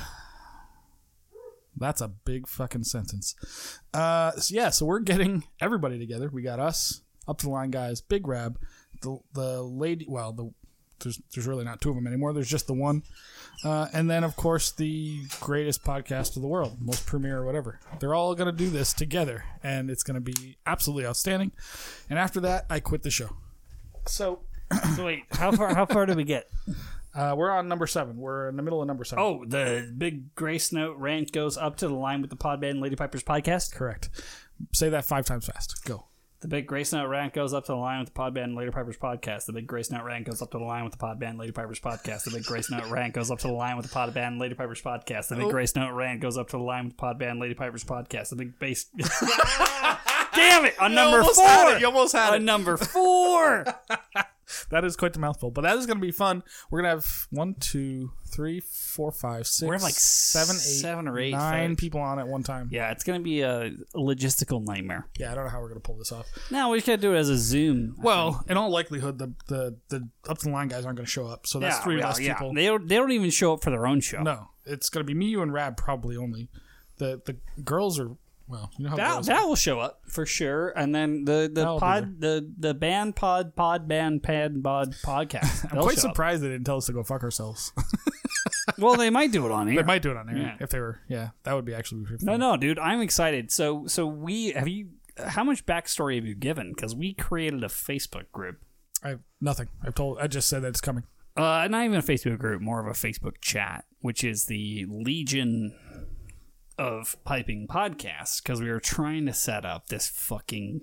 that's a big fucking sentence uh so yeah so we're getting everybody together we got us up to the line guys big rab the the lady well the there's, there's really not two of them anymore. There's just the one. Uh, and then, of course, the greatest podcast of the world, most premier or whatever. They're all going to do this together, and it's going to be absolutely outstanding. And after that, I quit the show. So
So wait, how far how far did we get?
uh, we're on number seven. We're in the middle of number seven.
Oh, the big grace note rant goes up to the line with the Podband Lady Piper's podcast.
correct. Say that five times fast. Go.
The big grace note rant goes up to the line with the Podband Lady Piper's podcast. The big grace note rant goes up to the line with the Podband Lady Piper's podcast. The big grace note rant goes up to the line with the Podband Lady Piper's podcast.
Oh.
The big grace note rant goes up to the line with the Podband Lady Piper's podcast. The big base. Damn it! On number
almost
four.
had it. You almost had
on
it.
number four.
That is quite the mouthful, but that is going to be fun. We're going to have one, two, three, four, five, six,
We're gonna have like
seven, eight,
seven or eight
nine
folks.
people on at one time.
yeah, it's gonna be a logistical nightmare.
yeah, I don't know how we're going to pull this off.
Now we just gotta do it as a Zoom.
Well, in all likelihood, the the, the up to the line guys aren't going to show up, so that's three less people.
They don't, they don't even show up for their own show.
no, it's going to be me, you, and Rab probably only. The the girls are well, you know how
That,
girls
that will show up for sure, and then the the
That'll be
pod the the band pod pod band pad pod podcast.
I'm quite surprised they didn't tell us to go fuck ourselves.
Well, they might do it on
they
air.
might do it on air
Yeah.
if they were. Yeah, that would be actually. Pretty
No,
funny.
no, dude, I'm excited. So so we have you. How much backstory have you given? Because we created a Facebook group.
I have nothing. I've told. I just said that it's coming.
Uh, not even a Facebook group, more of a Facebook chat, which is the Legion of Piping Podcasts, because we were trying to set up this fucking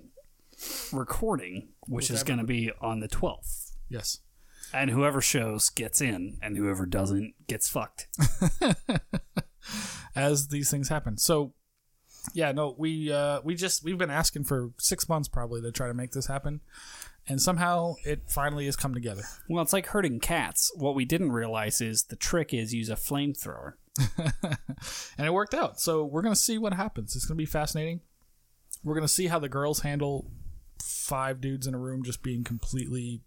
recording, which is going to be on the 12th.
Yes.
And whoever shows gets in, and whoever doesn't gets fucked.
as these things happen. So yeah, no, we uh, we just we've been asking for six months probably to try to make this happen, and somehow it finally has come together.
Well, it's like herding cats. What we didn't realize is the trick is use a flamethrower.
and it worked out. So we're gonna see what happens. It's gonna be fascinating. We're gonna see how the girls handle five dudes in a room just being completely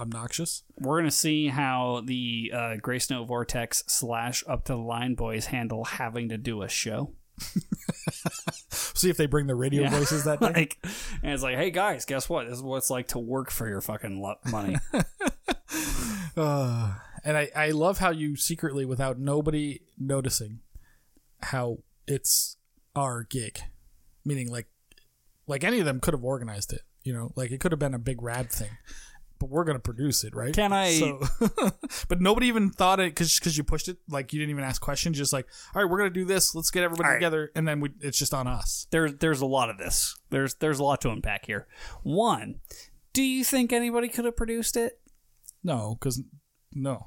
obnoxious.
We're going to see how the uh, Grace Note Vortex slash Up to the Line boys handle having to do a show.
See if they bring their radio
Yeah.
voices that day.
like, and it's like, hey guys, guess what? This is what it's like to work for your fucking lo- money.
Uh, And I, I love how you secretly, without nobody noticing, how it's our gig. Meaning, like, like any of them could have organized it. You know, like it could have been a big rad thing, but we're gonna produce it, right?
Can I-
but nobody even thought it because because you pushed it. Like you didn't even ask questions. Just like, all right, we're gonna do this. Let's get everybody
All right.
together, and then we it's just on us.
There, there's a lot of this. There's there's a lot to unpack here. One, do you think anybody could have produced it?
No, because no.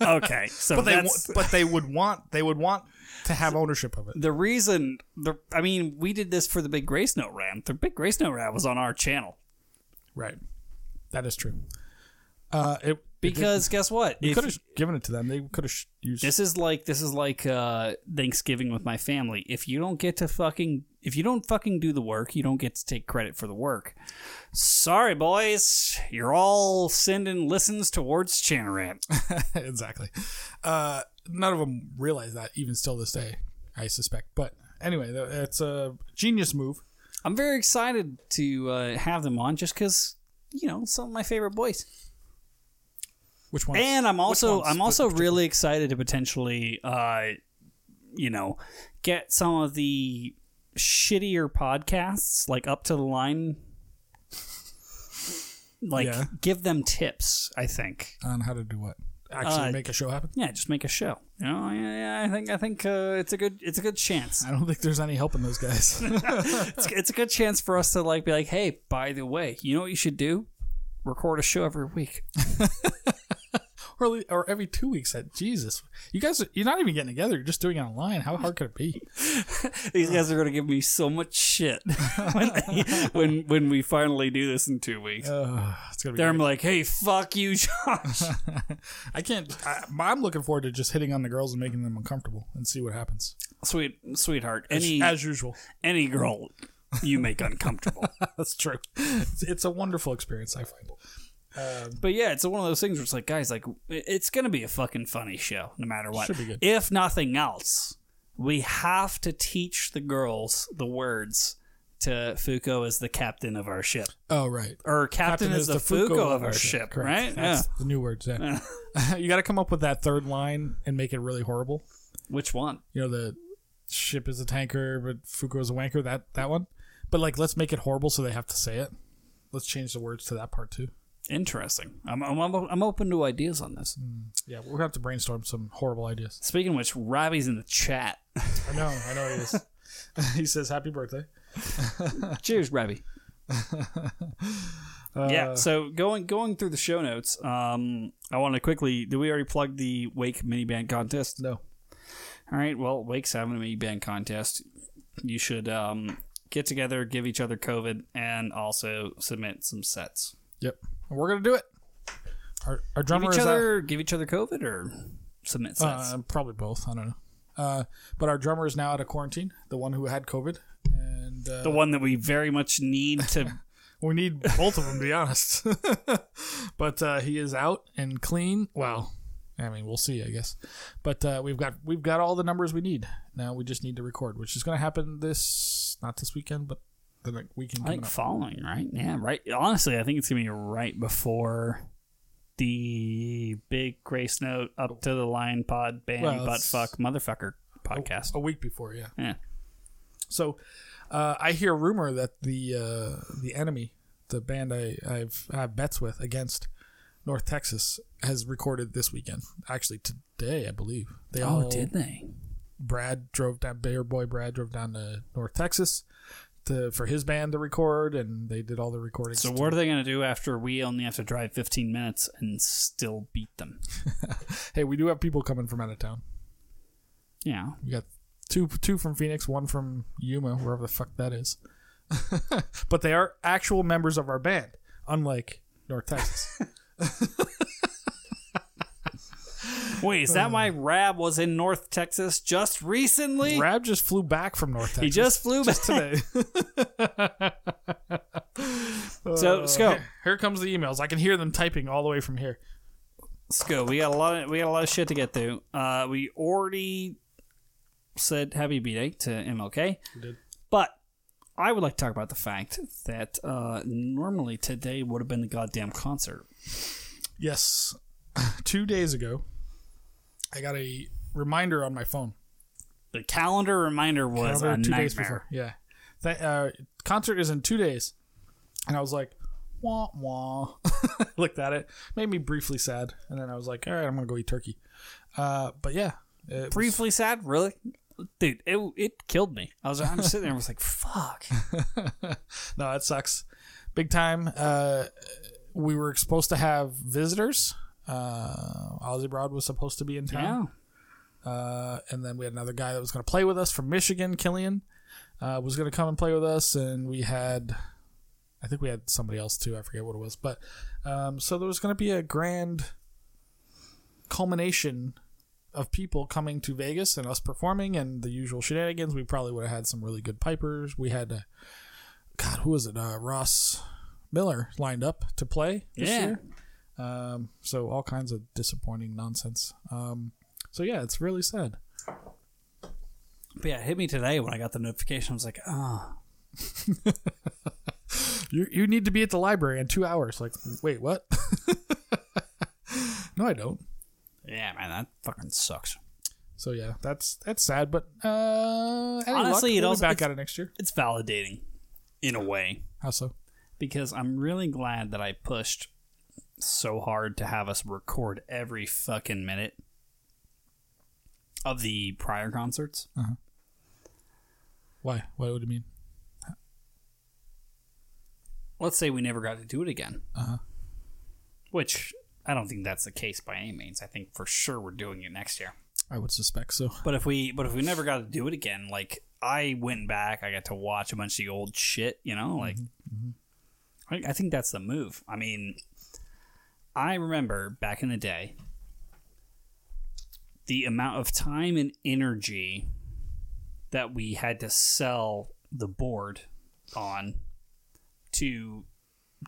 Okay, so
But they wa-
that's
but they would want they would want to have ownership of it.
the reason. The I mean, we did this for the Big Grace Note rant. The Big Grace Note rant was on our channel
Right. That is true. Uh, it
because guess what?
you
If-
could have given it to them. They could have used.
this is like this is like uh, Thanksgiving with my family. If you don't get to fucking if you don't fucking do the work, you don't get to take credit for the work. Sorry, boys, you're all sending listens towards Chanarant.
exactly. Uh, none of them realize that even still this day, I suspect. But anyway, th- it's a genius move.
I'm very excited to uh, have them on just because you know some of my favorite boys,
Which one?
and I'm also
ones
I'm also really excited to potentially uh, you know get some of the shittier podcasts like up to the line. Like
Yeah.
give them tips. I think
on how to do what? Actually,
Uh,
make a show happen.
yeah, just make a show. You know, yeah, yeah, I think I think uh, it's a good it's a good chance.
I don't think there's any helping those guys.
it's, it's a good chance for us to like be like, hey, by the way, you know what you should do? Record a show every week.
or, at least- or every two weeks. At Jesus, you guys, are- you're not even getting together. You're just doing it online. How hard could it be?
These guys are gonna give me so much shit when, when when we finally do this in two weeks.
Uh, it's gonna be.
Then I'm like, hey, fuck you, Josh.
I can't. I, I'm looking forward to just hitting on the girls and making them uncomfortable and see what happens.
Sweet sweetheart, any
as usual.
any girl you make uncomfortable.
That's true. It's, it's a wonderful experience, I find.
but yeah, it's one of those things where it's like, guys, like it- it's gonna be a fucking funny show, no matter what.
Should be good.
If nothing else, we have to teach the girls the words to Fuko as the captain of our ship,
Oh, right.
or captain, is, the, Fuko, of our ship,
correct.
right?
That's
yeah.
the new words. Yeah. you got to come up with that third line and make it really horrible.
Which one?
You know, the ship is a tanker, but Fuko is a wanker. That that one. But like, let's make it horrible so they have to say it. Let's change the words to that part too.
Interesting. I'm, I'm, I'm I'm open to ideas on this.
Yeah, we're gonna have to brainstorm some horrible ideas.
Speaking of which, Robbie's in the chat.
I know. I know he is. he says happy birthday.
Cheers, Robbie.
Uh,
yeah. So going going through the show notes, um, I want to quickly. Did we already plug the Wake mini band contest?
No.
All right. Well, Wake's having a mini band contest. You should um, get together, give each other COVID, and also submit some sets.
Yep. And we're gonna do it. Our, our drummer
Give
is
each
out.
other give each other COVID or submit sets.
Uh, probably both. I don't know. Uh, but our drummer is now out of quarantine. The one who had COVID, and uh,
the one that we very much need to.
we need both of them to be honest. but uh, he is out and clean. Well, I mean, we'll see, I guess. But uh, we've got we've got all the numbers we need. Now we just need to record, which is going to happen this not this weekend, but the next weekend
I
coming
think
up.
following right. Yeah. Right. Honestly, I think it's gonna be right before. The big grace note up to the line pod band
Well,
butt
it's- Oh.
fuck motherfucker podcast.
A week before, yeah.
Yeah.
So uh, I hear rumor that the uh, the enemy, the band I, I've I have bets with against North Texas, has recorded this weekend. Actually, today I believe they all
Oh, did they?
Brad drove down. Bear boy Brad drove down to North Texas to for his band to record, and they did all the recording.
So what are they going to do after we only have to drive 15 minutes and still beat them?
hey, we do have people coming from out of town.
Yeah.
We got two two from Phoenix, one from Yuma, wherever the fuck that is. but they are actual members of our band, unlike North Texas.
Wait, is
Uh.
that why Rab was in North Texas just recently?
Rab just flew back from North Texas.
he just flew back.
today.
So, Sco,
Here, here comes the emails. I can hear them typing all the way from here.
Sco, we got a lot of we got a lot of shit to get through. Uh, we already said happy B day to MLK.
did.
But I would like to talk about the fact that uh, normally today would have been the goddamn concert.
Yes. two days ago, I got a reminder on my phone.
The calendar reminder was
Another
a
two
nightmare.
days before. Yeah. Th- uh, concert is in two days. And I was like, wah, wah. Looked at it. Made me briefly sad. And then I was like, all right, I'm going to go eat turkey. Uh, but yeah. it was-
Briefly sad, really, dude. It, it killed me. I was I'm sitting there, I was like, fuck.
no, that sucks. Big time. Uh, we were supposed to have visitors. Uh, Ozzy Broad was supposed to be in town.
Yeah,
Uh, and then we had another guy that was going to play with us from Michigan, Killian, uh, was going to come and play with us. And we had, I think we had somebody else too. I forget what it was. But um, so there was going to be a grand culmination of people coming to Vegas and us performing and the usual shenanigans. We probably would have had some really good pipers. We had, uh, God, who was it? Uh, Ross Miller lined up to play this
Yeah.
year. Um, so all kinds of disappointing nonsense. Um, so yeah, it's really sad.
but yeah, it hit me today when I got the notification. I was like, ah,
You you need to be at the library in two hours. Like, wait, what? no, I don't.
yeah, man, that fucking sucks.
So yeah, that's that's sad. But uh, any
Honestly,
luck,
it
we'll be
also-
back
it's-
at it next year.
It's validating, in a way.
How so?
because I'm really glad that I pushed so hard to have us record every fucking minute of the prior concerts.
Why? What would it mean?
Let's say we never got to do it again.
Uh-huh.
Which I don't think that's the case by any means. I think for sure we're doing it next year.
I would suspect so.
But if we but if we never got to do it again, like I went back, I got to watch a bunch of the old shit, you know, like I, I think that's the move. I mean, I remember back in the day the amount of time and energy that we had to sell the board on to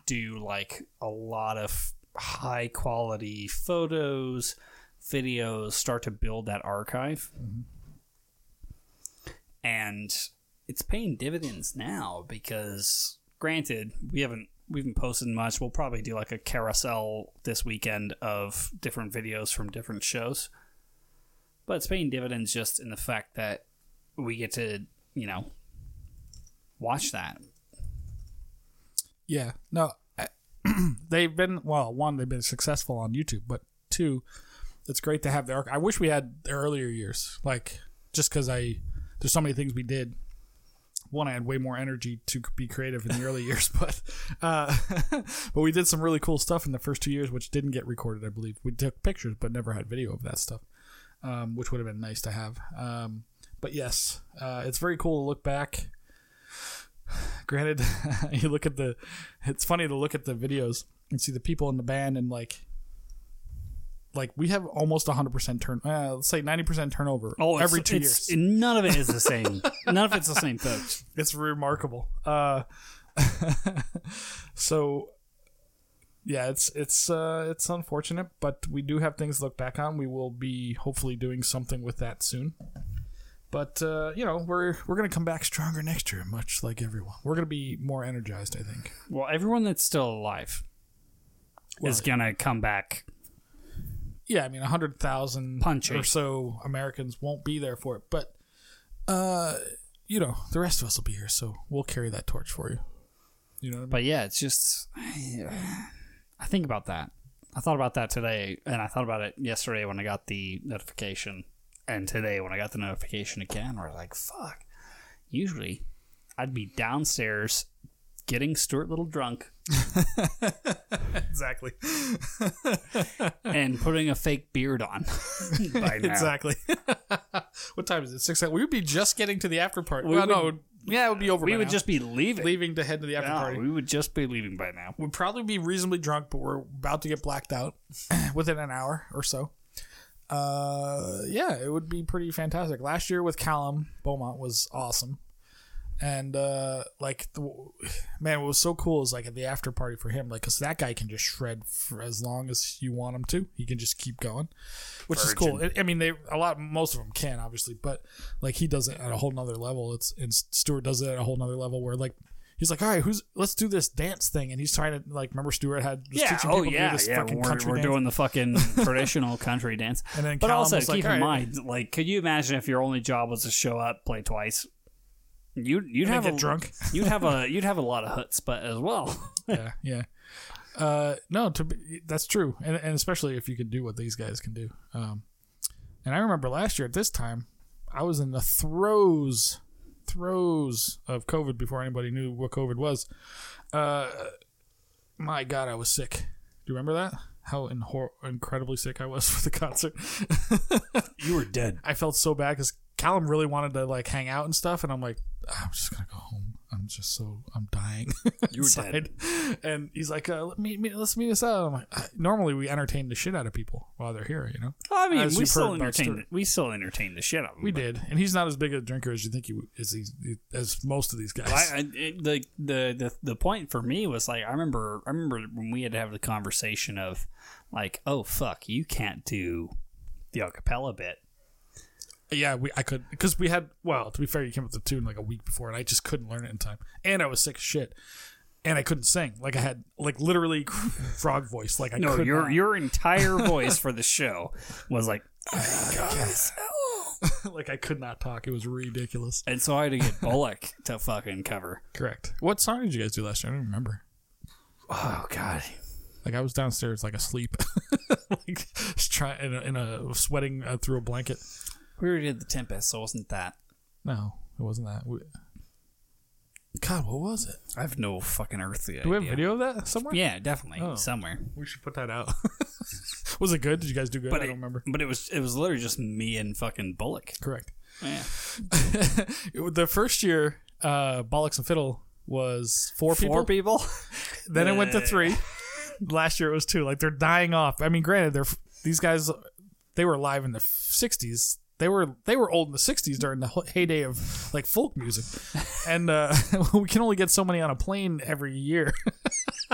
do like a lot of high quality photos, videos, start to build that archive. And it's paying dividends now because granted, we haven't we haven't posted much. We'll probably do like a carousel this weekend of different videos from different shows. But it's paying dividends just in the fact that we get to, you know, watch that.
Yeah. No, I, they've been well. One, they've been successful on YouTube, but two, it's great to have the. arch- I wish we had the earlier years, like just because I there's so many things we did. One, I had way more energy to be creative in the early years, but uh, but we did some really cool stuff in the first two years, which didn't get recorded. I believe we took pictures, but never had video of that stuff, um, which would have been nice to have. Um, but yes, uh, it's very cool to look back granted you look at the it's funny to look at the videos and see the people in the band and like like we have almost 100% turn uh, let's say 90% turnover
Oh,
every two years
None of it is the same. none of it's the same, folks.
it's remarkable uh so yeah it's it's uh it's unfortunate but we do have things to look back on we will be hopefully doing something with that soon but uh you know we're we're gonna come back stronger next year much like everyone we're gonna be more energized i think
Well, everyone that's still alive
Well,
is gonna come back.
yeah, I mean, 100,000
Punchy.
or so Americans won't be there for it. But, uh, you know, the rest of us will be here, so we'll carry that torch for you. You know what I mean?
But yeah, it's just I think about that. I thought about that today, and I thought about it yesterday when I got the notification, and today when I got the notification again. We're like, fuck. Usually, I'd be downstairs getting Stuart Little drunk
Exactly.
and putting a fake beard on. by now.
Exactly. what time is it? Six o'clock. We would be just getting to the after party.
We
well,
would-
no, it would- yeah, it would be over.
We
by
would
now.
just be leaving.
leaving to head to the after
Yeah,
party.
we would just be leaving by now.
We'd probably be reasonably drunk, but we're about to get blacked out within an hour or so. Uh, yeah, it would be pretty fantastic. Last year with Callum Beaumont was awesome, and uh, like the, man, what was so cool is like at the after party for him, like because that guy can just shred for as long as you want him to. He can just keep going, which is cool. I, I mean, they a lot, most of them can obviously, but like he does it at a whole nother level. It's and Stewart does it at a whole nother level where like he's like, all right, who's let's do this dance thing, and he's trying to like remember Stewart had was teaching people to do this fucking
oh, We're,
country
we're
dance.
doing the fucking traditional country dance.
And then
but
Callum
also
was like,
keep
"All
in
right."
mind, like, could you imagine if your only job was to show up, play twice? You you'd have
get
a,
drunk.
you'd have a you'd have a lot of chutzpah as well.
yeah, yeah. Uh, no, to be, that's true, and, and especially if you could do what these guys can do. Um, and I remember last year at this time, I was in the throes, throes of COVID before anybody knew what COVID was. Uh, my God, I was sick. Do you remember that? How in hor- incredibly sick I was for the concert.
You were dead.
I felt so bad because Callum really wanted to like hang out and stuff, and I'm like, "Ah, I'm just gonna go home. I'm just so I'm dying.
You were dead.
outside. And he's like, uh, let me, me, let's meet us out. I'm like, "Uh, normally we entertain the shit out of people while they're here, you know?
I mean,
As
we
you've
still
heard about
entertained.
Stuart.
We still entertained the shit out of him.
We did. And he's not as big a drinker as you think he w- is, he's, as most of these guys.
I, I, it, the, the the the point for me was like I remember I remember when we had to have the conversation of like oh fuck you can't do the a cappella bit
yeah, we, I could, because we had, well, to be fair, you came up with the tune like a week before, and I just couldn't learn it in time. And I was sick as shit. And I couldn't sing. Like I had, like literally, frog voice. Like I
no
could
your
not.
your entire voice for the show was like
like I could not talk. It was ridiculous.
and so I had to get Bullock to fucking cover
Correct. What song did you guys do last year? I don't remember.
oh god
Like I was downstairs, like asleep, like just trying in a, in a sweating uh, through a blanket.
we already did the Tempest so it wasn't that
No, it wasn't that. We- God, what was it?
I have no fucking earthly
Do we have
idea
video of that somewhere?
yeah definitely
Oh.
somewhere
we should put that out. was it good? Did you guys do good?
but
I
it,
don't remember.
but it was it was literally just me and fucking Bullock
Correct.
yeah
It- the first year, uh, Bollocks and Fiddle was four,
four
people.
people
Then it went to three. Last year it was two. Like they're dying off. I mean, granted, they're these guys. They were live in the '60s. They were they were old in the '60s during the ho- heyday of like folk music, and uh, we can only get so many on a plane every year.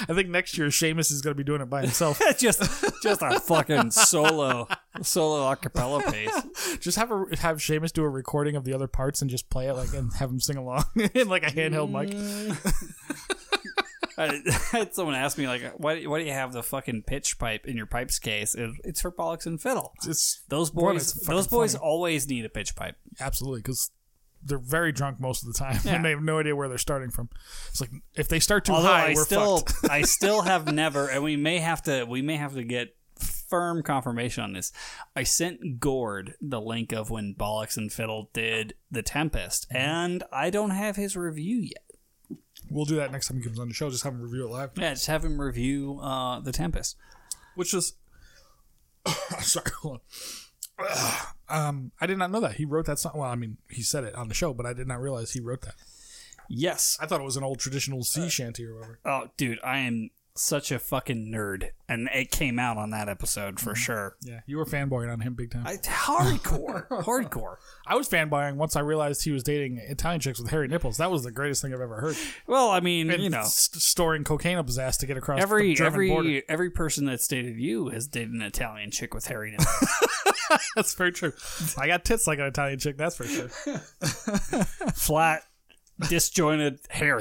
I think next year Seamus is going to be doing it by himself.
just just a fucking solo solo acapella piece.
just have a have Seamus do a recording of the other parts and just play it like and have him sing along in like a handheld mic.
I had someone ask me like, why why do you have the fucking pitch pipe in your pipes case? It, it's for bollocks and fiddle.
It's
Those
One,
boys,
it's fucking
those boys
funny.
always need a pitch pipe.
Absolutely, because they're very drunk most of the time,
Yeah.
and they have no idea where they're starting from. It's like if they start too
Although
high,
I
we're
still,
fucked.
I still have never, and we may have to, we may have to get firm confirmation on this. I sent Gord the link of when bollocks and fiddle did the Tempest, and I don't have his review yet.
We'll do that next time he comes on the show. Just have him review it live,
Yeah, just have him review uh, the Tempest.
which is sorry. Hold on. Um, I did not know that he wrote that song. Well, I mean, he said it on the show, but I did not realize he wrote that.
Yes,
I thought it was an old traditional
Uh,
sea shanty or whatever.
Oh, dude, I am such a fucking nerd, and it came out on that episode for sure.
Yeah, you were fanboying on him big time. I,
I, hardcore, hardcore.
was fanboying once I realized he was dating Italian chicks with hairy nipples. That was the greatest thing I've ever heard.
Well, I mean, you
And
know,
st- storing cocaine up his ass to get across the
every
German
every
border.
every person that's dated you has dated an Italian chick with hairy nipples.
That's very true. I got tits like an Italian chick. That's for sure.
flat, disjointed, hairy.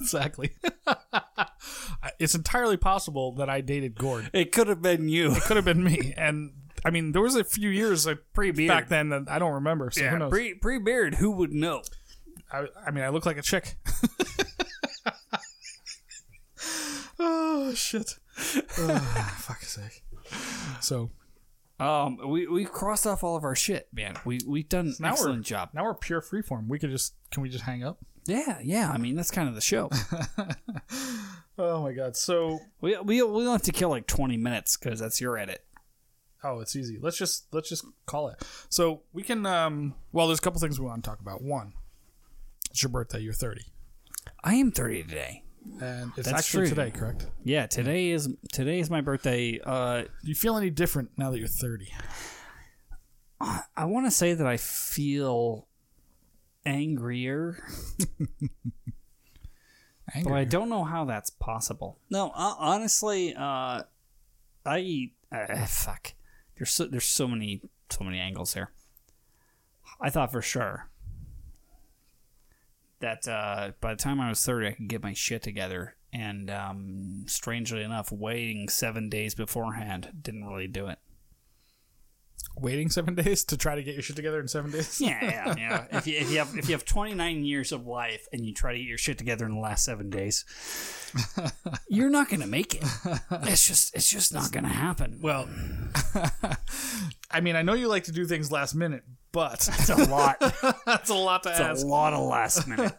exactly. it's entirely possible that I dated Gord.
It could have been you.
Could have been me. And I mean, there was a few years like,
Pre-beard.
back then that I don't remember. So who knows?
pre pre beard. Who would know?
I, I mean, I look like a chick. oh shit! Oh, fuck's sake. So
Um, we we crossed off all of our shit, man. We we've done an
now we're-
excellent job.
now we're pure freeform. We could just can we just hang up?
Yeah, yeah. I mean, that's kind of the show.
Oh my god! So
we we we will have to kill like twenty minutes because that's your edit.
Oh, it's easy. Let's just let's just call it. So we can. Um, well, there's a couple things we want to talk about. One, it's your birthday. You're 30,
I am thirty today.
and it's
That's
actually
true.
today, correct?
Yeah, today is today is my birthday. Uh,
Do you feel any different now that you're 30?
I want to say that I feel angrier, but
Angry.
I don't know how that's possible. No, uh, honestly, uh, I uh, fuck. There's so, there's so many so many angles here. I thought for sure that uh, by the time I was 30, I could get my shit together. And um, strangely enough, waiting seven days beforehand didn't really do it.
Waiting seven days to try to get your shit together in seven days.
Yeah, yeah, yeah. if, you, if you have if you have 29 years of life and you try to get your shit together in the last seven days, you're not gonna make it. It's just it's just not gonna happen. Well,
I mean, I know you like to do things last minute, but
it's a lot.
that's a lot to
It's
ask.
a lot of last minute.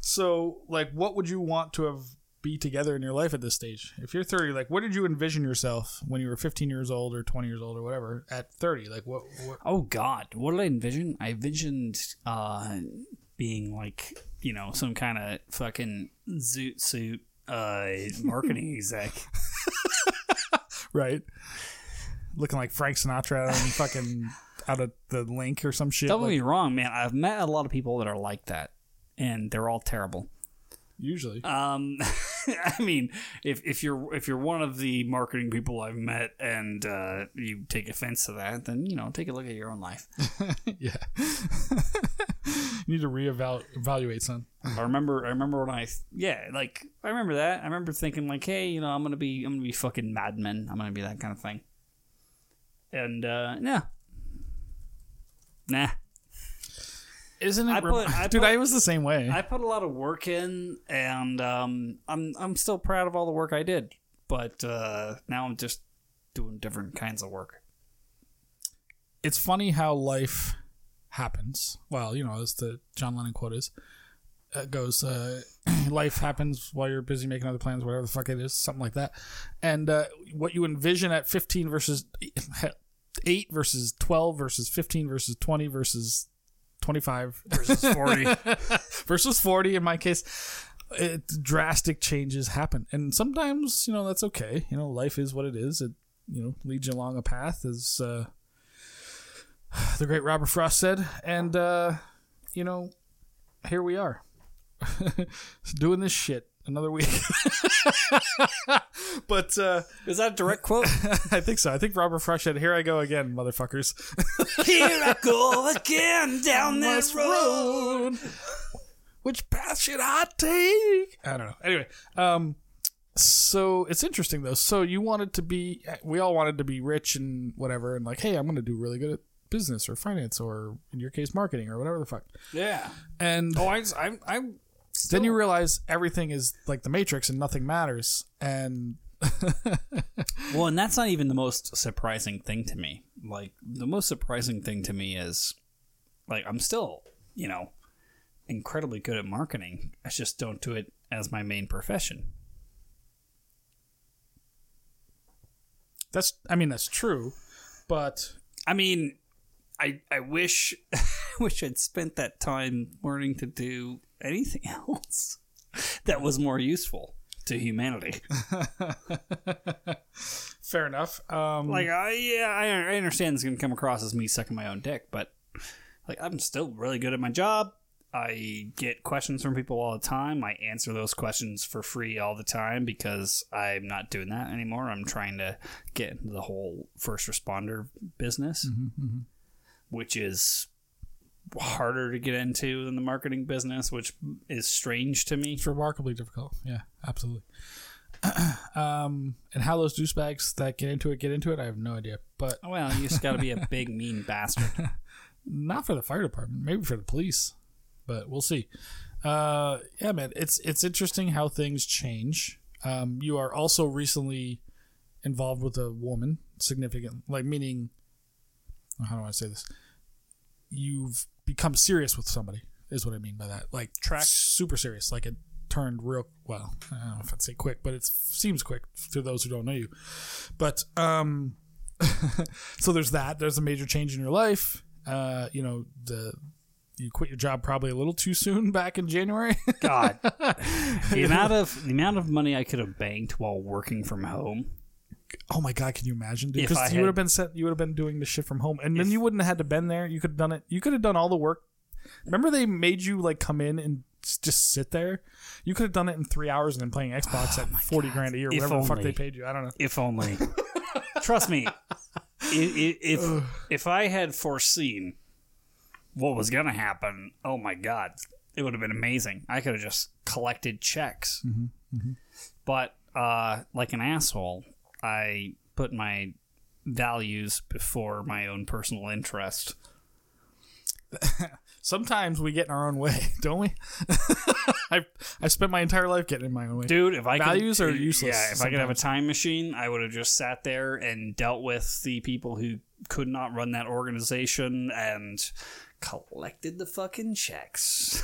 So, like, what would you want to have be together in your life at this stage? If you're 30, like, what did you envision yourself when you were 15 years old or 20 years old or whatever at 30? Like, what? what
Oh God, what did I envision? I envisioned uh, being like you know some kind of fucking zoot suit uh, marketing exec.
right. Looking like Frank Sinatra out of fucking out of the link or some shit.
Don't get
like,
me wrong, man. I've met a lot of people that are like that, and they're all terrible.
usually.
Um, I mean, if, if you're if you're one of the marketing people I've met and uh, you take offense to that, then you know take a look at your own life.
yeah. you need to reevaluate, evaluate, son.
I remember I remember when I yeah like I remember that I remember thinking like hey you know I'm gonna be I'm gonna be fucking Mad Men I'm gonna be that kind of thing. And uh, yeah, nah.
Isn't it?
I put- I
Dude,
put-
I was the same way.
I put a lot of work in, and um, I'm I'm still proud of all the work I did. But uh, now I'm just doing different kinds of work.
it's funny how life happens. Well, you know, as the John Lennon quote is, uh, goes, uh, life happens while you're busy making other plans, whatever the fuck it is, something like that. And uh, what you envision at 15 versus 8 versus 12 versus 15 versus 20 versus 25
Versus forty.
versus 40 in my case it, drastic changes happen and sometimes you know that's okay you know life is what it is it you know leads you along a path as uh, the great robert frost said and uh, you know here we are doing this shit another week but uh,
Is that a direct quote?
i think so i think robert frost said here i go again motherfuckers
Here I go again down
this road. Which path should I take? I don't know. Anyway, um, so it's interesting though. So you wanted to be, we all wanted to be rich and whatever, and like, hey, I'm going to do really good at business or finance or, in your case, marketing or whatever the fuck.
Yeah.
And
Oh, I, just- I'm I'm
then you realize everything is like the Matrix and nothing matters. And
Well, and that's not even the most surprising thing to me. Like the most surprising thing to me is like I'm still, you know, incredibly good at marketing. I just don't do it as my main profession.
that's, I mean, that's true, but
I mean, I I wish I wish I'd spent that time learning to do anything else that was more useful to humanity.
fair enough. Um,
Like I yeah, I, I understand it's gonna come across as me sucking my own dick, but like I'm still really good at my job. I get questions from people all the time. I answer those questions for free all the time because I'm not doing that anymore. I'm trying to get into the whole first responder business, which is harder to get into than the marketing business, which is strange to me.
It's remarkably difficult. Yeah, absolutely. um, and how those douchebags that get into it get into it, I have no idea. But
Well, you just got to be a big mean bastard.
not for the fire department, maybe for the police. But we'll see. Uh, yeah, man, it's it's interesting how things change. Um, you are also recently involved with a woman, significant, like meaning. How do I say this? You've become serious with somebody, is what I mean by that. Like track super serious, like it turned real. Well, I don't know if I'd say quick, but it seems quick to those who don't know you. But um, so there's that. There's a major change in your life. Uh, you know the. You quit your job probably a little too soon back in January.
God, the amount of the amount of money I could have banked while working from home.
Oh my god, can you imagine?
If
Because
I
you would have
had-
been set, you would have been doing the shit from home, and then you wouldn't have had to been there. You could have done it. You could have done all the work. Remember, they made you like come in and s- just sit there. You could have done it in three hours and then playing Xbox at forty grand a year,
Oh If
whatever the fuck
only.
they paid you. I don't know.
If only. Trust me, i- i- if if I had foreseen what was going to happen, oh my God, it would have been amazing. I could have just collected checks. But uh, like an asshole, I put my values before my own personal interest.
Sometimes we get in our own way, don't we? I I spent my entire life getting in my own way.
Dude, if I could-
Values are useless
Yeah, if I could have a time machine, I would have just sat there and dealt with the people who could not run that organization and collected the fucking checks.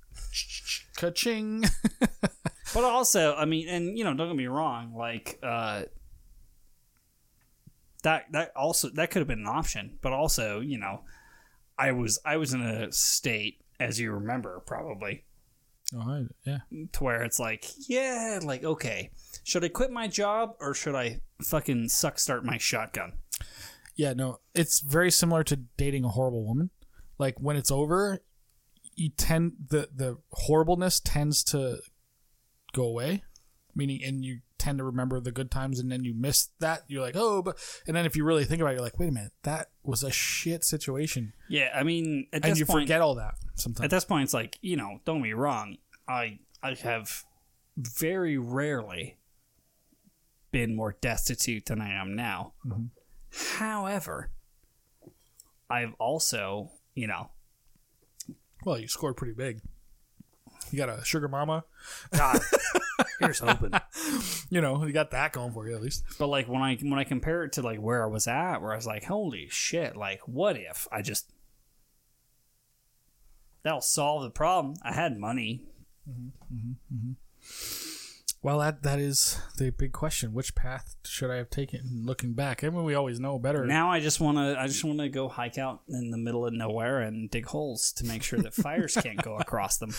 Ka-ching.
But also, I mean, and you know, don't get me wrong, like uh that that also that could have been an option, but also, you know, I was I was in a state as you remember probably
oh, I, yeah.
to where it's like, yeah, like okay, should I quit my job or should I fucking suck start my shotgun?
Yeah, no. It's very similar to dating a horrible woman. Like when it's over, you tend the the horribleness tends to go away, meaning and you tend to remember the good times and then you miss that. You're like, "Oh, but" and then if you really think about it, you're like, "Wait a minute, that was a shit situation."
Yeah, I mean, at
And
this
you
point,
forget all that
at
sometimes.
this point, it's like you know, don't get me wrong. I I have very rarely been more destitute than I am now. Mm-hmm. However, I've also you know,
Well, you scored pretty big. You got a sugar mama,
God, here's hoping.
you know, you got that going for you at least.
But like when I when I compare it to like where I was at, where I was like, holy shit, like what if I just that'll solve the problem? I had money.
Well, that that is the big question. Which path should I have taken looking back? I mean, we always know better.
Now I just want to I just want to go hike out in the middle of nowhere and dig holes to make sure that fires can't go across them.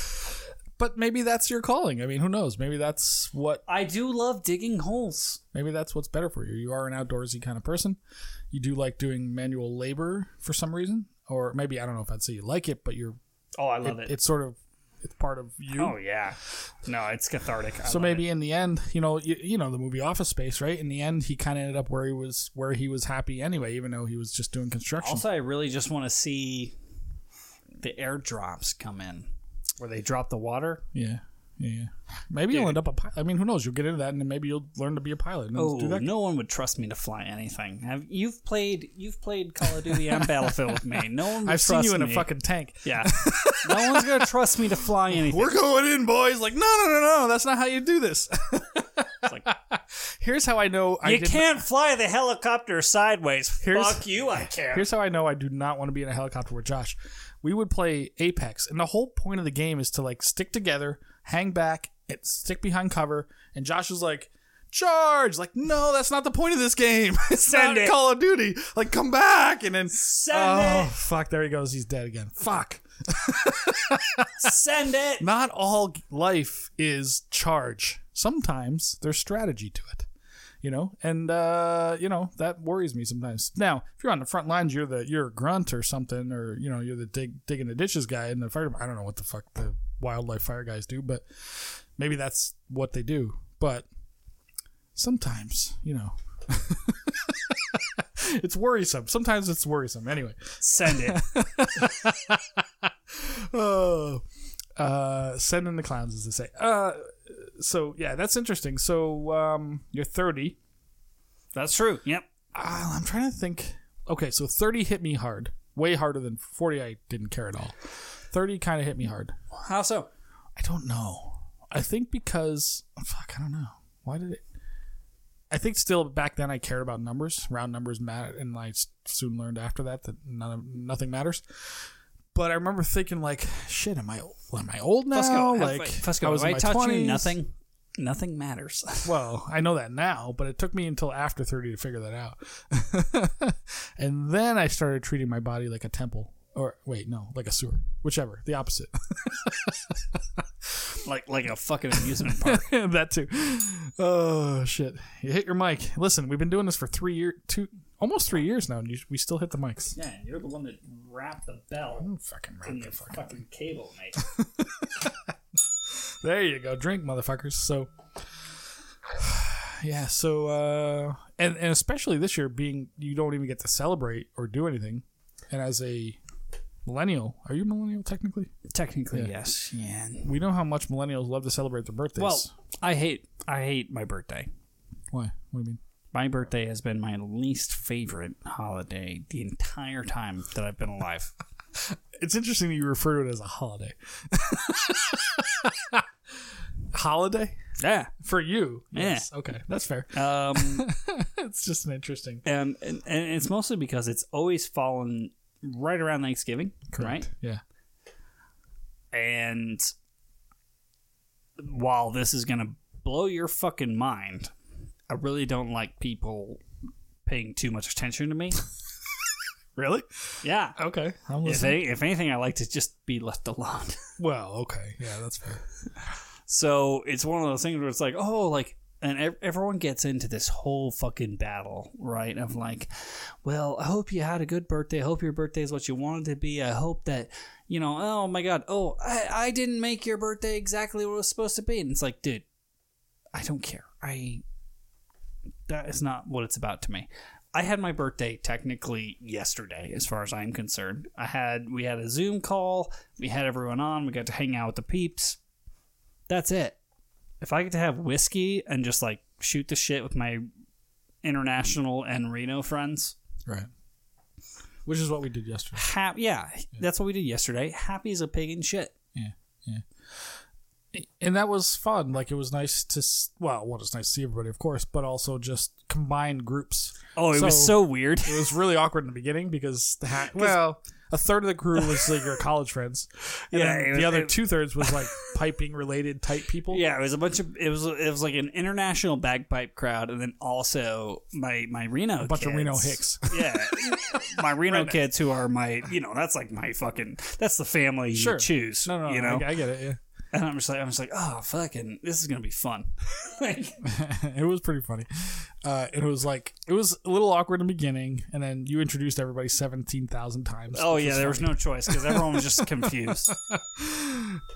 but maybe that's your calling. I mean, who knows? Maybe that's what
I do love digging holes.
maybe that's what's better for you. You are an outdoorsy kind of person. You do like doing manual labor for some reason, or maybe I don't know if I'd say you like it, but you're
Oh, I love it.
it's sort of it's part of you.
oh yeah. No, it's cathartic. I
so
love
maybe in the end, you know, you, you know the movie Office Space, right? In the end, he kind of ended up where he was where he was happy anyway, even though he was just doing construction.
Also, I really just want to see the airdrops come in where they drop the water.
Yeah. Yeah, yeah. Maybe you'll end up a pilot. I mean, who knows? You'll get into that, and then maybe you'll learn to be a pilot. And
Oh,
do that.
no one would trust me to fly anything. Have you've played you've played Call of Duty and Battlefield with me? No one. Would
I've seen
trust
you in
me.
a fucking tank.
yeah. no one's gonna trust me to fly anything.
We're going in, boys. Like, no, no, no, no. That's not how you do this.
It's like,
here's how I know I
you
did-
can't fly the helicopter sideways.
Here's-
Fuck you, I can't.
Here's how I know I do not want to be in a helicopter with Josh. We would play Apex, and the whole point of the game is to like stick together, hang back, and stick behind cover. And Josh is like, "Charge!" Like, no, that's not the point of this game. It's
Send
not
it.
Call of Duty. Like, come back, and then
Send
oh
it.
fuck, there he goes. He's dead again. Fuck.
Send it.
Not all life is charge. Sometimes there's strategy to it. You know, and uh, you know that worries me sometimes. Now, if you're on the front lines, you're the you're a grunt or something, or you know you're the dig digging the ditches guy in the fire. I don't know what the fuck the wildlife fire guys do, but maybe that's what they do. But sometimes, you know, it's worrisome. Sometimes it's worrisome. Anyway,
Send it.
Oh, uh, send in the clowns, as they say. Uh, so yeah, that's interesting. So um, you're 30.
That's true. Yep.
Uh, I'm trying to think. Okay, so 30 hit me hard, way harder than 40. I didn't care at all. 30 kind of hit me hard.
How so?
I don't know. I think because fuck, I don't know. Why did it? I think still back then I cared about numbers. Round numbers matter, and I s- soon learned after that that none of, nothing matters. But I remember thinking like, shit, am I am I old now? like
Fusco,
I was
if
in
I
my
touch you,
20s.
nothing, nothing matters.
Well, I know that now, but it took me until after 30 to figure that out. and then I started treating my body like a temple. Or wait, no, like a sewer. Whichever, the opposite.
like like a fucking amusement park.
that too. Oh shit! You hit your mic. Listen, we've been doing this for three year, two, almost three years now, and you, we still hit the mics.
yeah, you're the one that wrapped the bell.
Fucking
in
right.
the fucking cable, mate.
There you go. Drink, motherfuckers. So, yeah. So, uh, and and especially this year being, you don't even get to celebrate or do anything, and as a millennial. Are you millennial technically?
Technically, yes. Yeah.
We know how much millennials love to celebrate their birthdays.
Well, I hate I hate my birthday.
why? What do you mean?
My birthday has been my least favorite holiday the entire time that I've been alive.
It's interesting that you refer to it as a holiday. holiday
yeah.
for you?
Yeah.
Yes. Okay, that's fair.
Um,
It's just an interesting.
and, and and it's mostly because it's always fallen right around Thanksgiving, right?
Yeah.
And while this is gonna blow your fucking mind, I really don't like people paying too much attention to me.
Really?
yeah.
Okay. I'm
If,
listening.
any, if anything, I like to just be left alone.
Well, okay. Yeah, that's fair.
So it's one of those things where it's like, oh, like, and ev- everyone gets into this whole fucking battle, right? Of like, well, I hope you had a good birthday. I hope your birthday is what you wanted to be. I hope that, you know, oh my God, oh, I, I didn't make your birthday exactly what it was supposed to be. And it's like, dude, I don't care. I, that is not what it's about to me. I had my birthday technically yesterday, as far as I'm concerned. I had, we had a Zoom call. We had everyone on. We got to hang out with the peeps that's it. If I get to have whiskey and just like shoot the shit with my international and Reno friends,
Right. Which is what we did yesterday.
hap- yeah, that's what we did yesterday. Happy as a pig in shit.
And that was fun. Like, it was nice to, s- well, well, it's nice to see everybody, of course, but also just combined groups.
Oh, it was so weird.
It was really awkward in the beginning because the ha- well, a third of the crew was like your college friends, and
Yeah,
then
it was-
the other
it-
two thirds was like piping related type people.
Yeah, it was a bunch of it was it was like an international bagpipe crowd, and then also my my Reno a
bunch of Reno Hicks.
Yeah, my Reno kids who are my you know that's like my fucking that's the family
Sure.
you choose.
no, no, I-
you know,
I, get it.
and I'm just like I'm just like oh fucking this is gonna be fun. like,
Yeah, it was pretty funny. Uh, and it was like it was a little awkward in the beginning, and then you introduced everybody seventeen thousand times.
Oh
which
yeah, there was
funny.
no choice because everyone was just confused.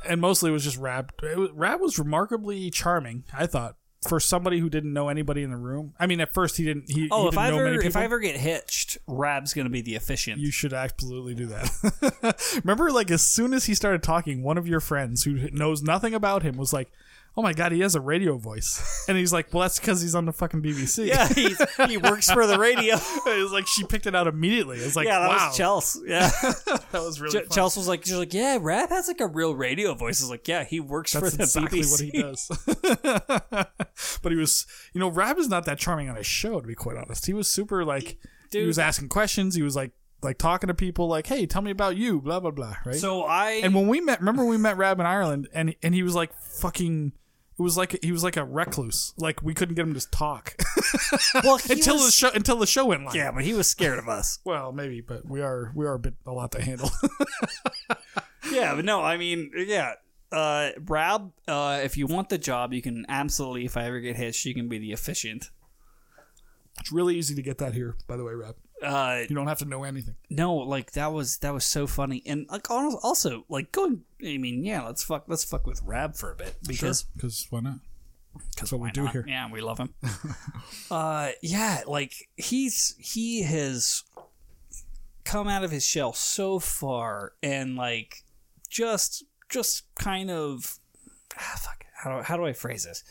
and mostly it was just Rab. It was, Rab was remarkably charming. I thought for somebody who didn't know anybody in the room. I mean, at first he didn't. He,
Oh,
he
if
didn't
I
know many
ever
people.
if I ever get hitched, Rab's gonna be the efficient.
You should absolutely do that. Remember, like as soon as he started talking, one of your friends who knows nothing about him was like, "Oh my god, he has a radio voice," and he's like, "Well, that's because he's on the fucking BBC."
yeah, he, he works for the radio.
it was like she picked it out immediately. It was like,
yeah, that
"Wow,
was Chelsea. Yeah,
that was really
Ch-
funny.
Chelsea was like, she's like, yeah, Rab has like a real radio voice. I was like, yeah, he works
That's
for the
exactly
BBC.
what he does. but he was, you know, Rab is not that charming on his show, to be quite honest. He was super like, he
Dude.
was asking questions. He was like, like talking to people, like, "Hey, tell me about you," blah blah blah. Right.
So I
And when we met, remember we met Rab in Ireland, and and he was like fucking. It was like he was like a recluse. Like we couldn't get him to talk
well, he
until the
was-
show until the show went live.
yeah, but he was scared of us.
Well, maybe, but we are we are a bit a lot to handle.
Yeah, but no, I mean, yeah. Uh, Rab, uh, if you want the job, you can absolutely. If I ever get hitched, you can be the efficient.
it's really easy to get that here, by the way, Rab.
Uh,
You don't have to know anything.
no like that was that was so funny and like al- also like going i mean yeah let's fuck let's fuck with rab for a bit because
because why not?
because
what we do here.
yeah we love him uh yeah like he's he has come out of his shell so far and like just just kind of ah, fuck how do, how do i phrase this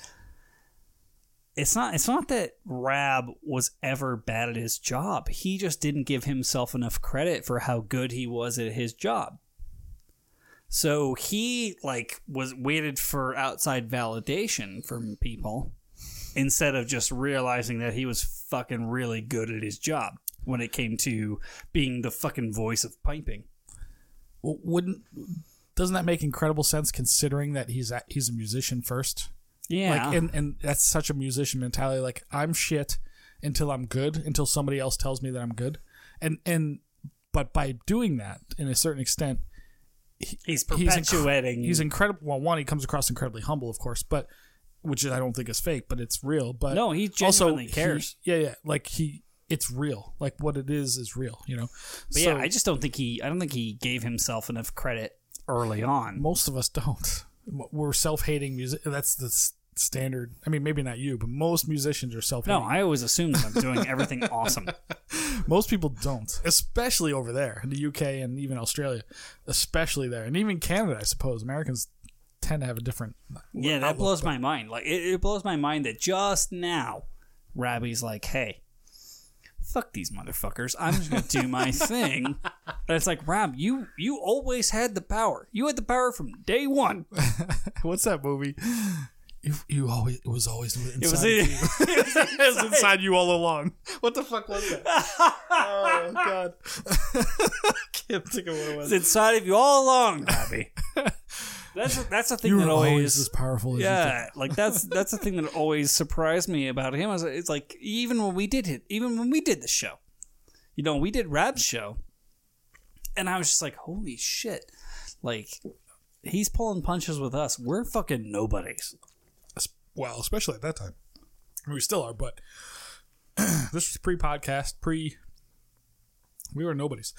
it's not it's not that Rab was ever bad at his job. He just didn't give himself enough credit for how good he was at his job. So he like was waited for outside validation from people instead of just realizing that he was fucking really good at his job when it came to being the fucking voice of piping.
Well, wouldn't doesn't that make incredible sense considering that he's a, he's a musician first?
Yeah.
Like, and, and that's such a musician mentality. Like, I'm shit until I'm good, until somebody else tells me that I'm good. And, and, but by doing that, in a certain extent,
he's
he's inc-
perpetuating
he's incredible. Well, one, he comes across incredibly humble, of course, but, which I don't think is fake, but it's real. But
No, he
also
genuinely cares.
he- yeah, yeah. Like, he, it's real. Like, what it is is real, you know?
But
so,
yeah, I just don't think he I don't think he gave himself enough credit early on.
most of us don't. We're self hating music. That's the s- standard. I mean, maybe not you, but most musicians are self.
No, I always assume that I'm doing everything awesome.
most people don't, especially over there in the UK and even Australia, especially there, and even Canada. I suppose Americans tend to have a different.
Yeah, that blows my mind. Like it, it blows my mind that just now, Rabbi's like, "Hey, fuck these motherfuckers. I'm just gonna do my thing." But it's like, Rab, you you always had the power. You had the power from day one.
What's that movie? You, you always it was always inside.
It was,
you.
it,
It was inside you all along. What the fuck was that? oh god, can't think of what it
it
was.
was inside of you all along, Rabbi. That's that's a thing that always
powerful as
Yeah, like that's that's the thing that always surprised me about him. Is it's like even when we did it, even when we did the show, you know, we did Rab's show, and I was just like, holy shit, like he's pulling punches with us. We're fucking nobodies.
well, especially at that time. We still are, but this was pre-podcast, pre. We were nobodies,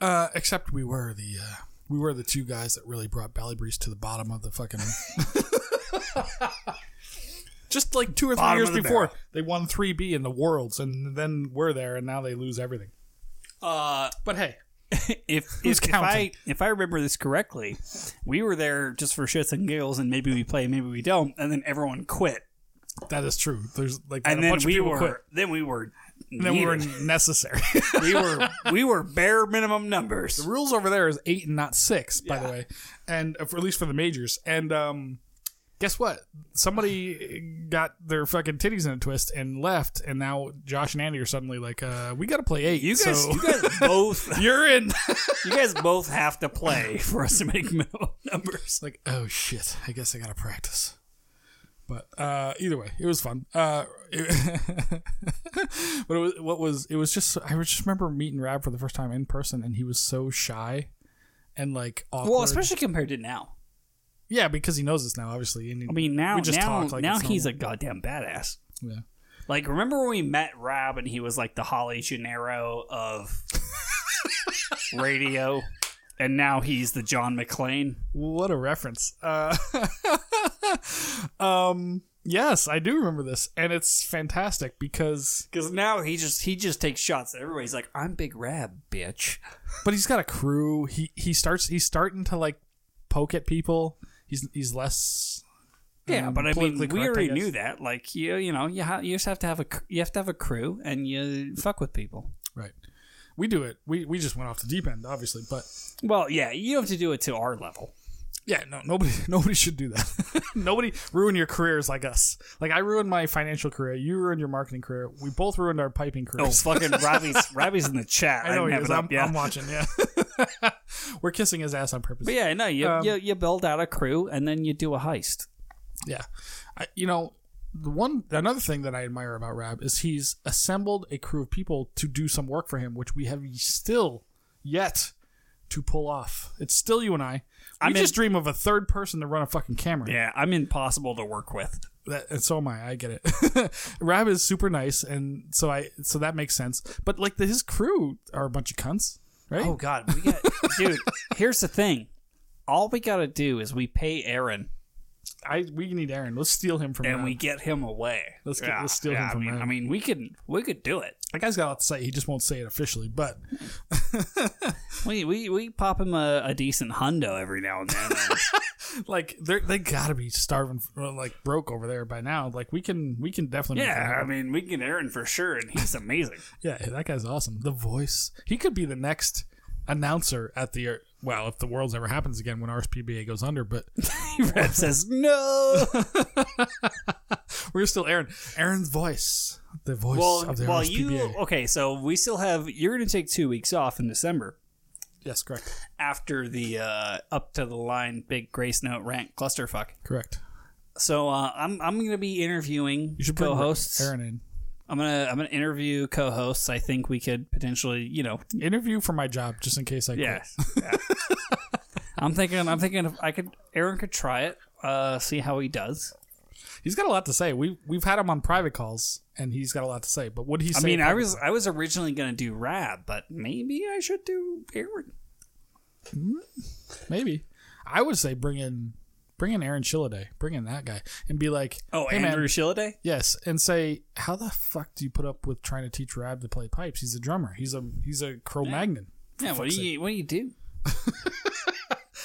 uh, except we were the uh, we were the two guys that really brought Bally Breeze to the bottom of the fucking. Just like two or three
Bottom
years
of the
before,
barrel.
they won 3B in the worlds, and then we're there, and now they lose everything.
Uh,
But hey,
if
Who's
if, if I
counting?
if I remember this correctly, we were there just for shits and giggles, and maybe we play, maybe we don't, and then everyone quit,
that is true. There's like
and
a
then
bunch of
we
people
were
quit.
then we were
And then we were
needed.
necessary.
we were we were bare minimum numbers.
the rules over there is eight and not six, by the way, and uh, for, at least for the majors. And um, guess what? Somebody got their fucking titties in a twist and left, and now Josh and Andy are suddenly like, uh, "We got to play eight.
You guys,
so
you guys both
you're in."
You guys both have to play for us to make minimum numbers.
It's like, oh shit, I guess I gotta practice. But uh, either way, it was fun. Uh, it- but it was, what was it was just I just remember meeting Rab for the first time in person, and he was so shy and like awkward.
Well, especially compared to now.
yeah, because he knows us now, obviously. And he,
I mean, now
We just
now
talk like
now
it's
he's a goddamn badass.
yeah.
Like, remember when we met Rob and he was like the Holly Gennaro of radio, and now he's the John McClane.
What a reference. Uh, um, yes, I do remember this, and it's fantastic because.
Because now he just he just takes shots at everybody. He's like, I'm Big Rab, bitch.
But he's got a crew. He he starts. He's starting to like poke at people. He's he's less.
Yeah,
um,
but I mean,
politically
we
correct, I
already
guess.
knew that. Like, you you know, you ha- you just have to have a cr- you have to have a crew and you fuck with people.
Right. We do it. We we just went off the deep end, obviously. But
Well, yeah, you have to do it to our level.
yeah, no, nobody nobody should do that. nobody ruin your careers like us. Like I ruined my financial career. You ruined your marketing career. We both ruined our piping
Oh,
careers.
fucking Robbie's Robbie's in the chat. I,
I know
didn't
he
have
is.
it up,
I'm,
yeah.
I'm watching. Yeah. We're kissing his ass on purpose.
but yeah, no, you,
Um,
you you build out a crew and then you do a heist.
Yeah, I, you know, the one another thing that I admire about Rab is he's assembled a crew of people to do some work for him, which we have still yet to pull off. It's still you and I. I
I'm in-
just dream of a third person to run a fucking camera.
Yeah, I'm impossible to work with.
That, and so am I. I get it. Rab is super nice, and so I so that makes sense. But like the, his crew are a bunch of cunts, right?
Oh God, we got dude. Here's the thing. All we gotta do is we pay Aaron
I we need Aaron. Let's steal him from.
and
Rab.
we get him away.
Let's get- let's steal him
I
from
mean,
Aaron.
I mean, we can we could do it.
that guy's got a lot to say. He just won't say it officially, but.
We we, we pop him a, a decent hundo every now and then.
like they they gotta be starving for- like broke over there by now like we can we can definitely make that
yeah, I
happen.
mean, we can get Aaron for sure, and he's amazing.
yeah that guy's awesome the voice he could be the next announcer at the uh, well if the world's ever happens again when rspba goes under but
Reb says no.
we're still aaron aaron's voice the voice
well,
of the
well,
rspba
you okay? So we still have. You're going to take two weeks off in December
yes correct
after the uh, up to the line big grace note rant clusterfuck.
correct
So uh, I'm I'm going to be interviewing
you should bring
co-hosts.
aaron in
I'm gonna I'm gonna interview co-hosts. I think we could potentially, you know,
interview for my job just in case i quit.
yeah. yeah. I'm thinking I'm thinking if I could Aaron could try it, uh, see how he does.
he's got a lot to say we we've had him on private calls and he's got a lot to say but what he
I mean, I was I was originally going to do Rab, but maybe I should do Aaron.
Maybe. I would say bring in Bring in Aaron Chiliday. Bring in that guy and be like,
Oh,
hey, man,
Andrew Shilliday?
Yes, and say, how the fuck do you put up with trying to teach Rab to play pipes? He's a drummer. He's a he's a Cro-Magnon.
Yeah, what
fuck's
do you what do you do?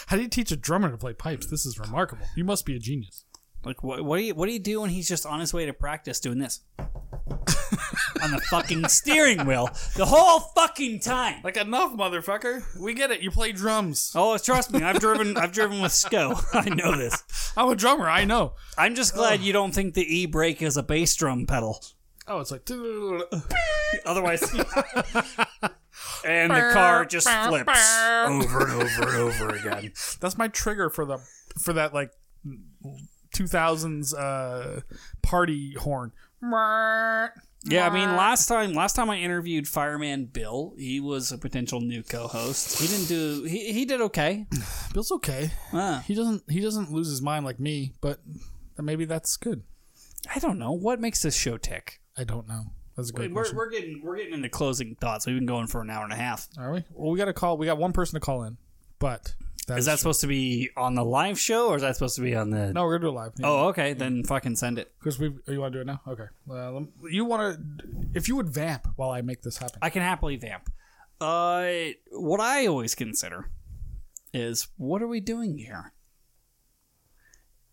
How do you teach a drummer to play pipes? This is remarkable. You must be a genius.
Like what what do you what do you do when he's just on his way to practice doing this? on the fucking steering wheel the whole fucking time.
Like enough, motherfucker. We get it. You play drums.
Oh, trust me, I've driven I've driven with Sco. I know this.
I'm a drummer. I know.
I'm just glad you don't think the E brake is a bass drum pedal.
Oh, it's like
Otherwise And the car just flips over and over and over again.
that's my trigger for the for that like 2000s uh party horn.
Yeah, I mean, last time, last time I interviewed Fireman Bill, he was a potential new co-host. He didn't do, he, he did okay.
Bill's okay.
Uh,
He doesn't he doesn't lose his mind like me, but maybe that's good.
I don't know what makes this show tick.
I don't know. That's a great
We're,
question.
we're getting, we're getting into closing thoughts. We've been going for an hour and a half.
Are we? Well, we got a call. We got one person to call in, but that's
Is that supposed to be on the live show, or is that supposed to be on the?
no? We're gonna do it live.
Oh, okay, then fucking send it.
because we. Oh, you want to do it now? Okay. Uh, lem- you want to? If you would vamp while I make this happen.
I can happily vamp. Uh, what I always consider is what are we doing here?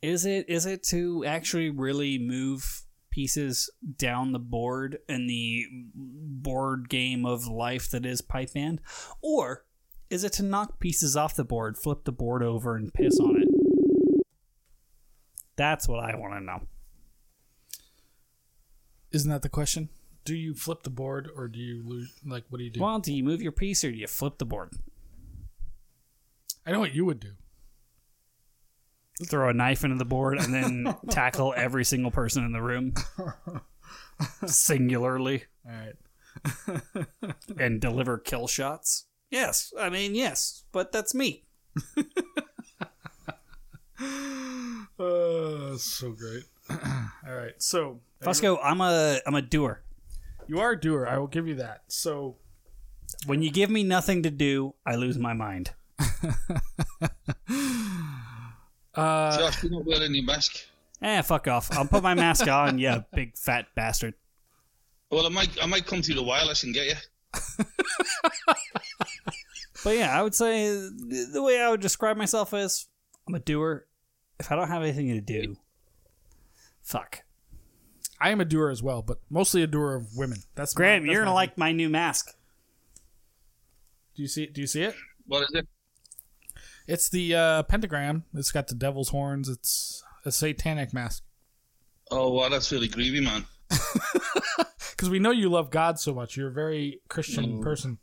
Is it is it to actually really move pieces down the board in the board game of life that is Pipe Band, or is it to knock pieces off the board, flip the board over, and piss on it? That's what I want to know.
Isn't that the question? Do you flip the board or do you lose? Like, what do you do?
Well, do you move your piece or do you flip the board?
I know what you would do.
throw a knife into the board and then tackle every single person in the room singularly
All right.
and deliver kill shots. Yes, I mean yes, but that's me.
Uh, that's so great. All right. So
Fusco, I'm a I'm a doer.
you are a doer. I will give you that. So
When you give me nothing to do, I lose my mind.
uh,
Josh, you're not wearing your mask.
Eh, fuck off. I'll put my mask on, yeah, big fat bastard.
Well, I might, I might come through the wireless and get you.
But yeah, I would say th- the way I would describe myself is I'm a doer. If I don't have anything to do, fuck.
I am a doer as well, but mostly a doer of women. That's my-
Graham,
that's
you're
my
gonna
thing.
like my new mask.
Do you see? Do you see it?
What is it?
It's the uh, pentagram. It's got the devil's horns. It's a satanic mask.
Oh, wow, that's really groovy, man.
Because we know you love God so much. You're a very Christian person.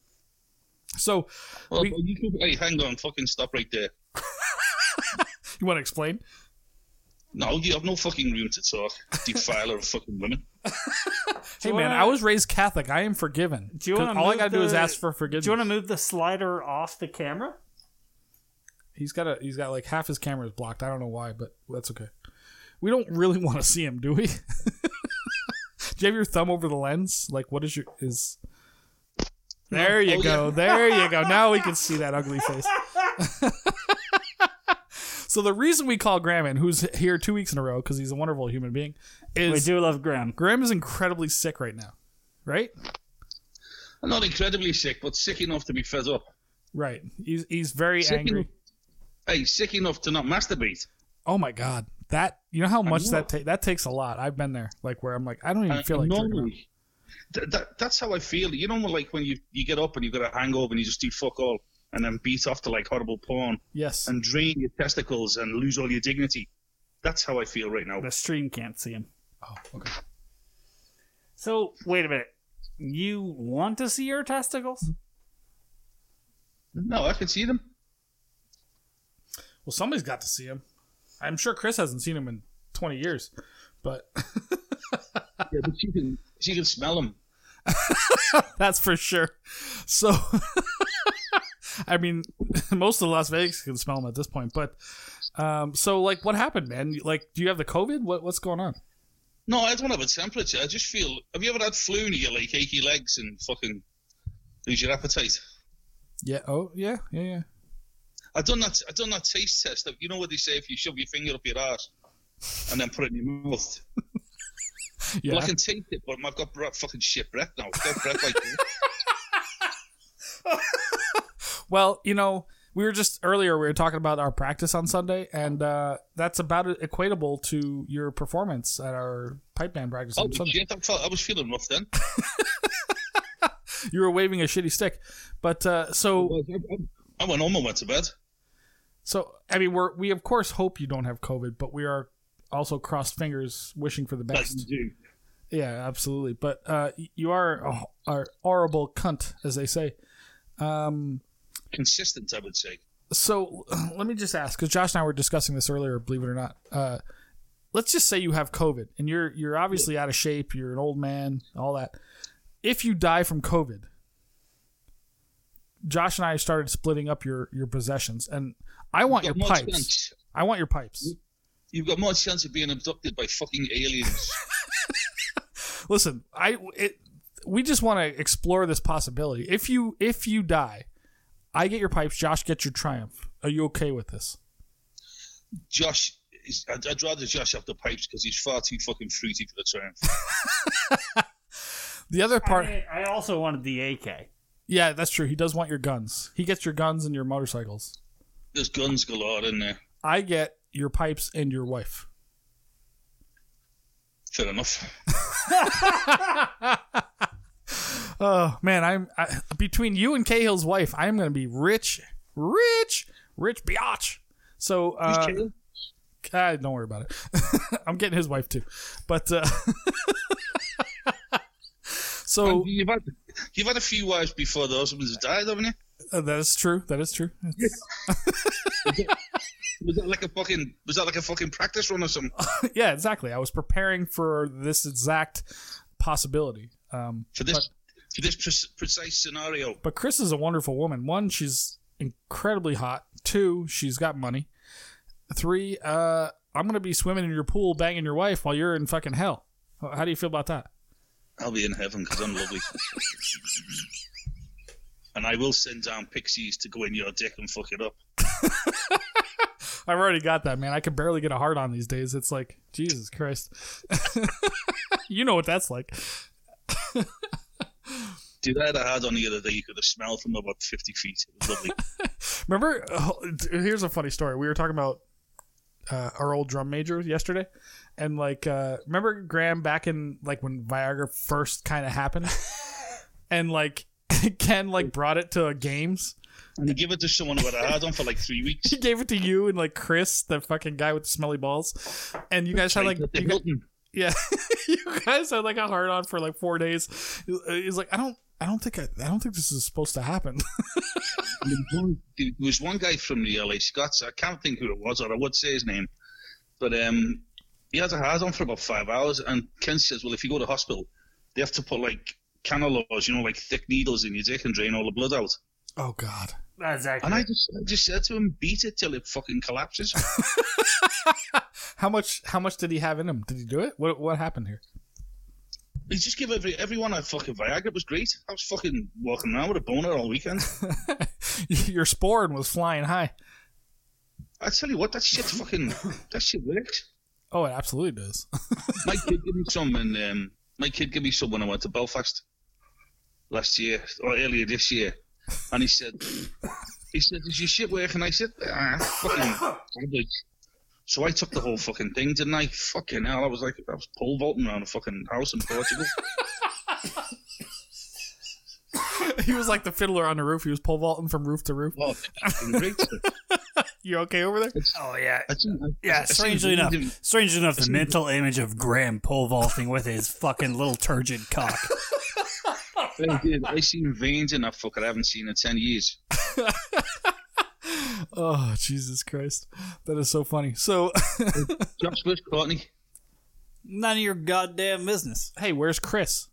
So,
Well,
We-
you could, hey, hang on, fucking stop right there.
you want to explain?
No, you have no fucking room to talk, defiler of fucking women.
Hey,
you
man,
wanna-
I was raised Catholic. I am forgiven.
Do you
'Cause
wanna
all I
move
gotta do is
the-
ask for forgiveness.
Do you want to move the slider off the camera?
He's got a. He's got like half his camera is blocked. I don't know why, but that's okay. We don't really want to see him, do we? do you have your thumb over the lens? Like, what is your is? There you
Oh,
go. There you go. Now we can see that ugly face. so the reason we call Graham in, who's here two weeks in a row because he's a wonderful human being,
We
is
do love Graham.
Graham is incredibly sick right now, right?
I'm not incredibly sick, but sick enough to be fed up.
Right. He's he's very
Sick
angry.
enough- Hey, sick enough to not masturbate.
Oh my god, that you know how much that ta- that takes a lot. I've been there, like where I'm like, I don't even
I
feel like. jerking off.
normally, th- that, that's how I feel. You know, when, like when you, you get up and you've got a hangover and you just do fuck all and then beat off to like horrible porn
Yes.
and drain your testicles and lose all your dignity. That's how I feel right now.
The stream can't see him.
oh, okay.
So wait a minute. You want to see your testicles?
No, I can see them.
Well, somebody's got to see him. I'm sure Chris hasn't seen him in 20 years, but
Yeah, but she can, she can smell them.
that's for sure. So, I mean, most of Las Vegas can smell him at this point. But, um, so like, what happened, man? Like, do you have the COVID? What what's going on?
No, I don't have a temperature. I just feel. Have you ever had flu and you get like achy legs and fucking lose your appetite?
Yeah. Oh, yeah, yeah, yeah.
I done that. I done that taste test. Of, you know what they say if you shove your finger up your ass and then put it in your mouth.
Yeah.
Well, I can taste it, but I've got breath, fucking shit breath now. I've got breath like this.
Well, you know, we were just earlier we were talking about our practice on Sunday, and uh, that's about equatable to your performance at our pipe band practice
Oh
on Sunday.
shit! I, felt, I was feeling rough then.
You were waving a shitty stick, but uh, so
I went home and went to bed.
so I mean, we're we of course hope you don't have COVID, but we are also crossed fingers, wishing for the
Like
best.
you do.
Yeah, absolutely. But uh, y- you are a, a horrible cunt, as they say. Um,
Consistent, I would say.
so let me just ask, because Josh and I were discussing this earlier, believe it or not. Uh, let's just say you have COVID, and you're you're obviously out of shape. You're an old man, all that. If you die from COVID, Josh and I started splitting up your your possessions, and I want your
You've got more
pipes.
chance-
I want your pipes.
You've got more chance of being abducted by fucking aliens.
listen i it, we just want to explore this possibility if you if you die i get your pipes josh gets your triumph are you okay with this
Josh, is, I'd, I'd rather Josh have the pipes because he's far too fucking fruity for the triumph.
the other part
I, I also wanted the AK.
yeah that's true he does want your guns he gets your guns and your motorcycles
There's guns galore in there.
i get your pipes and your wife
Fair enough.
oh man i'm I, between you and cahill's wife i'm gonna be rich rich rich biatch so uh,
Cahill?
Ah, don't worry about it. I'm getting his wife too, but uh, so
you've, had, you've had a few wives before the husbands have died, haven't you?
uh, that is true. That is true.
Was that like a fucking was that like a fucking practice run or something?
yeah, exactly. I was preparing for this exact possibility. Um,
For this for this pre- precise scenario.
but Chris is a wonderful woman. One, she's incredibly hot. Two, she's got money. Three, uh, I'm gonna be swimming in your pool, banging your wife while you're in fucking hell. How how do you feel about that?
I'll be in heaven because I'm lovely. and I will send down pixies to go in your dick and fuck it up.
I've already got that, man. I can barely get a heart on these days. It's like, Jesus Christ. you know what that's like.
Dude, I had a hard on the other day. You could have smelled from about 50 feet. It was lovely.
Remember, oh, here's a funny story. We were talking about uh, our old drum major yesterday. And like, uh, remember Graham back in like when Viagra first kind of happened? and like, Ken like brought it to games.
and you give it to someone who had a hard on for like three weeks.
He gave it to you and like Chris, the fucking guy with the smelly balls. And you guys had like
Like,
you guys,
Hilton.
Yeah, you guys had like a hard on for like four days. He's like, I don't, I don't think, I, I don't think this is supposed to happen.
And there was one- there was one guy from the LA Scots. I can't think who it was, or I would say his name. But um, he had a hard on for about five hours. And Ken says, Well, if you go to hospital, they have to put like cannulas, you know, like thick needles in your dick and drain all the blood out.
oh God.
That's
And I
accurate.
just, I just said to him, Beat it till it fucking collapses.
How much, how much did he have in him? Did he do it? What, what happened here?
he just give every, everyone a fucking Viagra. It was great. I was fucking walking around with a boner all weekend.
Your sporn was flying high.
I tell you what, that shit fucking, that shit works.
Oh, it absolutely does.
my kid gave me some, and um, my kid gave me some when I went to Belfast last year or earlier this year, and he said, he said, "Is your shit working?" I said, "Ah, fucking." average." So I took the whole fucking thing, didn't I? Fucking hell! I was like, I was pole vaulting around a fucking house in Portugal.
he was like the fiddler on the roof. He was pole vaulting from roof to roof.
oh, fucking great.
You okay over there?
oh yeah.
I think- I- I
Yeah,
think
strangely
we
enough,
didn't-
strangely enough, the mental image of Graham pole vaulting with his fucking little turgid cock.
I did. I seen veins in that fucker I haven't seen in ten years.
Oh, Jesus Christ, that is so funny. So,
Josh, where's Courtney?
None of your goddamn business.
hey, where's Chris?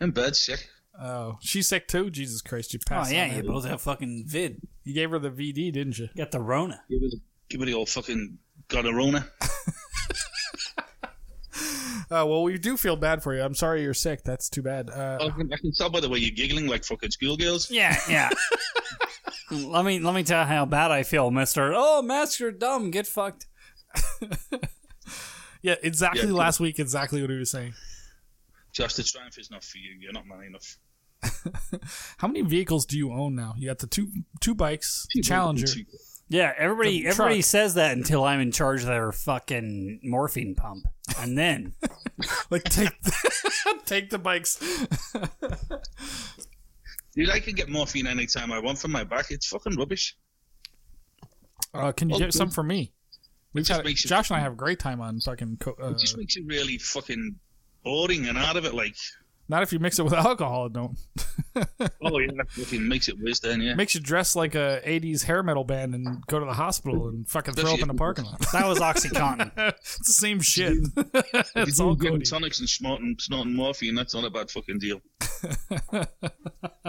In bed, sick.
Oh, she's sick too. Jesus Christ, you
Oh
passed.
yeah,
on
you
that.
both have fucking vid.
you gave her the VD, didn't you?
You got the Rona.
Give her the- give her the old fucking gonorona.
Uh, well, we do feel bad for you. I'm sorry you're sick. That's too bad. Uh,
I can, I can tell by the way you're giggling like fucking schoolgirls.
Yeah, yeah.
Let me let me tell how bad I feel, Mister. Oh, Master, you're dumb. Get fucked.
yeah, exactly.
Yeah.
last week, exactly what he was saying.
Josh, the triumph is not for you. You're not man enough.
How many vehicles do you own now? You got the two two bikes, Challenger.
Yeah, everybody
The
everybody
truck.
says that until I'm in charge of their fucking morphine pump, and then
Like take the, take the bikes.
Dude, I can get morphine anytime I want from my back. It's fucking rubbish.
Uh, can you
Well,
get some for me? We've
Oh, just
had
makes you-
Josh and I have a great time on fucking. Co- uh,
It just makes you really fucking boring and out of it. Like,
not if you mix it with alcohol, it don't.
oh yeah, fucking makes it worse then, yeah.
Makes you dress like a '80s hair metal band and go to the hospital and fucking throw up in the parking lot.
that was OxyContin.
it's the same shit.
If
it's
you're
all
doing
good.
tonics and snorting, snorting morphine, that's not a bad fucking deal.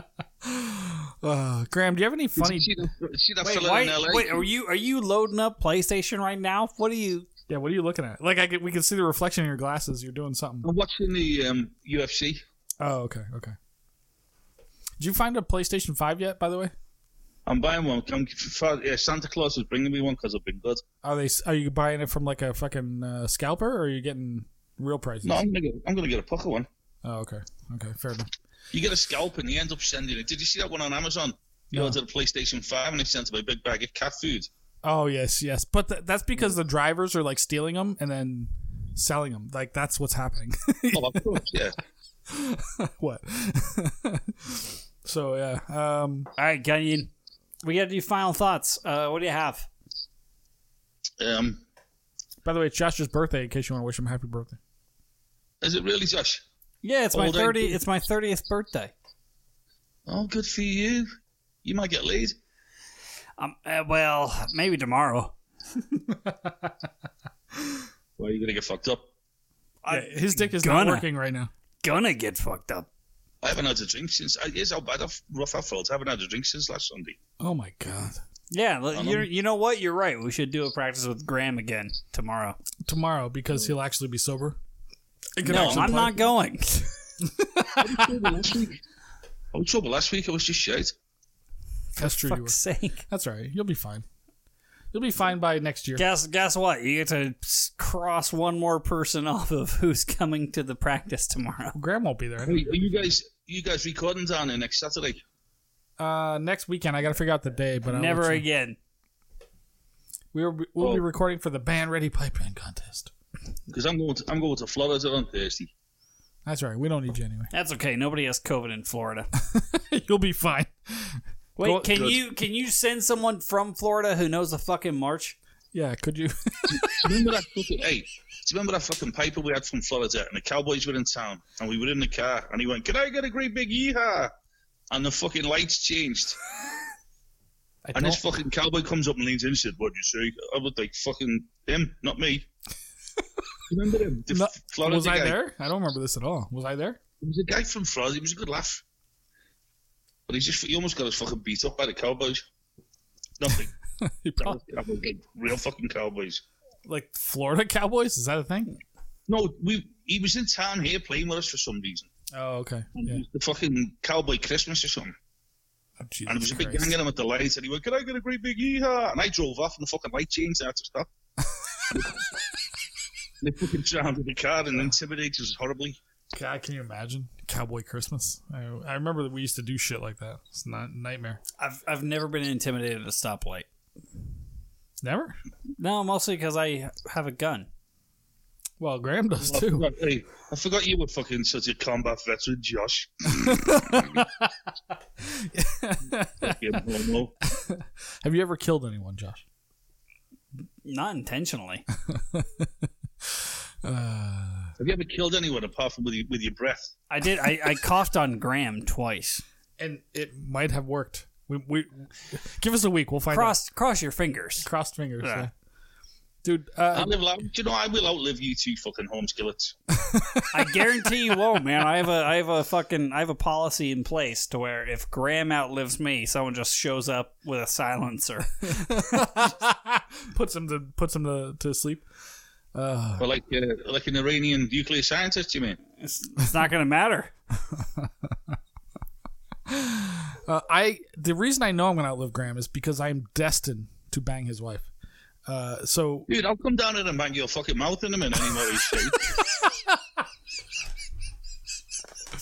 Uh, Graham, do you have any funny?
See that, see that
Wait,
fella in
why,
LA?
wait, are you are you loading up PlayStation right now? What are you?
Yeah, what are you looking at? Like I get, we can see the reflection in your glasses. You're doing something.
I'm watching the um, UFC.
Oh, okay, okay. Did you find a PlayStation Five yet? By the way,
I'm buying one. I'm, yeah, Santa Claus is bringing me one because I've been good.
are they? Are you buying it from like a fucking uh, scalper, or are you getting real prices?
No, I'm gonna get. I'm gonna get a pocket one.
Oh, okay, okay, fair enough.
You get a scalp and you end up sending it. Did you see that one on Amazon? You
No.
ordered a PlayStation Five and it sent him a big bag of cat food.
Oh yes, yes, but th- that's because the drivers are like stealing them and then selling them. Like that's what's happening.
Oh, of course, yeah.
what? so yeah, um,
All right, Gunyan, we got to do final thoughts. Uh, what do you have?
Um,
By the way, it's Josh's birthday. In case you want to wish him happy birthday.
is it really Josh?
Yeah, it's my
Old
thirty.
idea.
It's my thirtieth birthday.
Oh, good for you. You might get laid.
Um, uh, well, maybe tomorrow.
Well, you're gonna get fucked up.
Yeah, his dick is
gonna.
not working right now.
Gonna get fucked up.
I haven't had a drink since. I, here's how bad I've rough I felt. I haven't had a drink since last Sunday.
Oh my god!
Yeah, l- you you know what? You're right. We should do a practice with Graham again tomorrow.
Tomorrow, because he'll actually be sober. He can
No,
actually
I'm
play.
not going.
I was sober Oh, last week. I was just shit.
That's true. You were.
Fuck's sake.
That's all right. You'll be fine. You'll be fine by next year.
Guess guess what? You get to s- cross one more person off of who's coming to the practice tomorrow.
Graham won't be there.
Hey, are you guys, you guys recording down there next Saturday?
Uh, next weekend, I got to figure out the day, but I'll
Never
let you-
again.
We will be, we'll be
Oh.
recording for the band ready pipe band contest.
Because I'm going. To, I'm going to Florida on Thursday.
That's all right. We don't need you anyway.
That's okay. Nobody has COVID in Florida.
You'll be fine.
Wait,
Go-
can
Good.
you can you send someone from Florida who knows the fucking march?
Yeah. Could you?
Do you remember that fucking hey? Do you remember that fucking paper we had from Florida and the Cowboys were in town and we were in the car and he went, "Can I get a great big yeehaw?" And the fucking lights changed
I
and
don't-
this fucking cowboy comes up and leans in and said, "What'd you say?" I was like, "Fucking him, not me." Do you remember him? The
No,
f- Florida
was I
guy.
there? I don't remember this at all. Was I there?
He was a guy from Florida. He was a good laugh, but he just—he almost got his fucking beat up by the Cowboys. Nothing.
He probably,
real fucking Cowboys.
like Florida Cowboys. Is that a thing?
No, we—he was in town here playing with us for some reason.
Oh, okay. Yeah.
the fucking cowboy Christmas or something.
Oh,
and there
Jesus
was a big
Christ.
gang of him at the lights, and he went, "Can I get a great big yeehaw?" And I drove off, and the fucking light changed. and I had to stop. they fucking jammed the car and intimidated us horribly.
God, can you imagine Cowboy Christmas? I, I remember that we used to do shit like that. It's not nightmare.
I've I've never been intimidated at a stoplight.
Never.
No, mostly because I have a gun.
Well, Graham does
I
too.
forgot, hey, I forgot you were fucking such a combat veteran, Josh. Fucking homo.
Have you ever killed anyone, Josh?
Not intentionally.
Have you ever killed anyone apart from with your, with your breath?
I did. I, I coughed on Graham twice.
And it might have worked. We, we give us a week. We'll find
Cross cross your fingers.
out. Crossed fingers.
Yeah.
Yeah. Dude,
I
uh,
live out, do you know I will outlive you two fucking home skillets.
I guarantee you won't, man. I have a I have a fucking I have a policy in place to where if Graham outlives me, someone just shows up with a silencer.
puts him to puts him to, to sleep. Uh,
Well, like uh, like an Iranian nuclear scientist, you mean?
It's, it's not going to matter.
uh, I the reason I know I'm gonna outlive Graham is because I am destined to bang his wife. Uh, so
Dude, I'll come down here and bang your fucking mouth in a minute anymore, he's straight.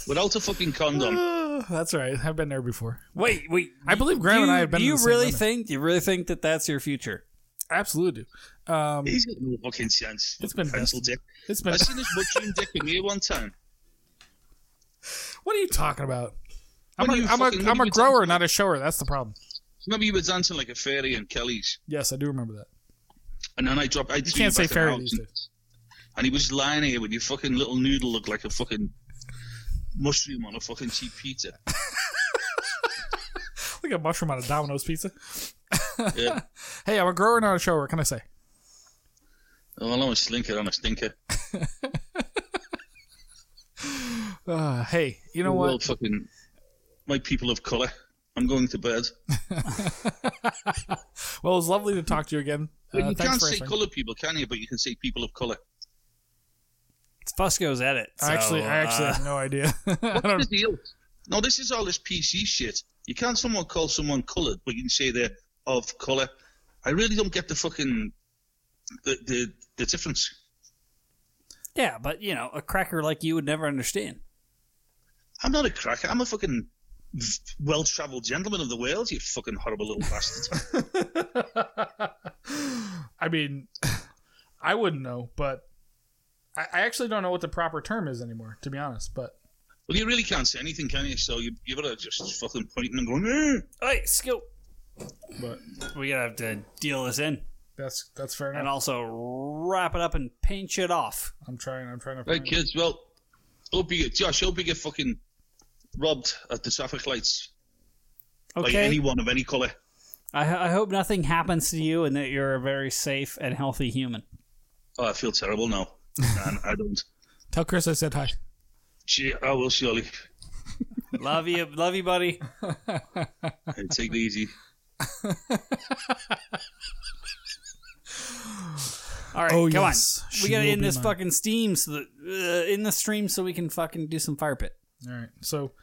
Without a fucking condom.
uh, that's all right. I've been there before.
Wait, wait.
I believe Graham
you,
and I have been.
Do
in
you
the same
really
lineup.
think? You really think that that's your future?
Absolutely. do. Um,
He's got no fucking sense.
It's been
pencil
best-
dick.
it's
I
been.
seen his mushroom dick in here one time.
What are you talking about? I'm a,
What are you
I'm,
fucking-
a,
what
I'm
are
a
you
grower,
talking
not a shower. That's the problem.
Remember you were dancing like a fairy in Kelly's,
Yes, I do remember that.
and then I dropped. I
You can't say fairy these days.
And he was lying here with your fucking little noodle looked like a fucking mushroom on a fucking cheap pizza.
Like a mushroom on a Domino's pizza.
Yeah.
Hey, I'm a grower, not a shower. What can I say?
well, I'm a slinker on a stinker.
Uh, hey, you know
Well,
what?
fucking my people of colour. I'm going to bed.
Well, it was lovely to talk to you again.
But
Uh,
you
thanks
can't
for
say
answering.
coloured people, can you? But you can say people of colour.
It's Fusco's edit. So,
I actually, I actually
uh,
have no idea. I
What's
don't,
the deal? No, this is all this PC shit. You can't someone call someone coloured, but you can say they're of colour. I really don't get the fucking the the, the difference.
yeah, but you know, a cracker like you would never understand.
I'm not a cracker. I'm a fucking well-travelled gentleman of the world. You fucking horrible little bastard.
I mean, I wouldn't know, but I, I actually don't know what the proper term is anymore, to be honest. But
well, you really can't say anything, can you? So you you better just fucking pointing and going. "Eh."
Hey, skill.
but
We gotta have to deal this in,
that's that's fair
and
enough.
also wrap it up and paint it off.
I'm trying. I'm trying to.
Right,
Find
kids. Well, hope you get Josh. Hope you get fucking robbed at the traffic lights
Okay.
by anyone of any colour.
I, I hope nothing happens to you, and that you're a very safe and healthy human.
Oh, I feel terrible now, and I don't.
Tell Chris I said hi.
Gee, I will surely.
Love you, love you, buddy.
Hey, Take it easy.
All right,
Oh,
come
yes.
on.
She
we gotta
will
end
be
this
mine.
fucking steam so that uh, in the stream so we can fucking do some fire pit.
All right. So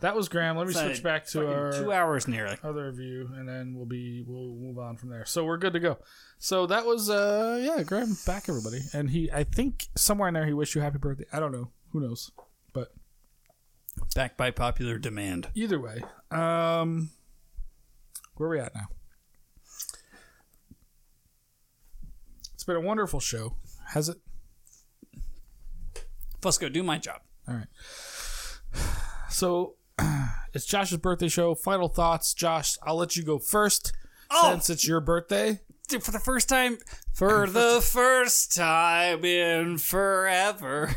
that was Graham. Let me
It's, uh,
switch back to
fucking
our
two hours nearly.
other view, and then we'll be we'll move on from there. So we're good to go. So that was uh yeah, Graham back everybody, and he I think somewhere in there he wished you happy birthday. I don't know. Who knows? But
Back by popular demand.
either way, um, where we at now? It's been a wonderful show, has it?
Fusco, do my job.
All right. So it's Josh's birthday show. Final thoughts, Josh. I'll let you go first
Oh!
since it's your birthday.
Dude, for the first time, for the first time in forever.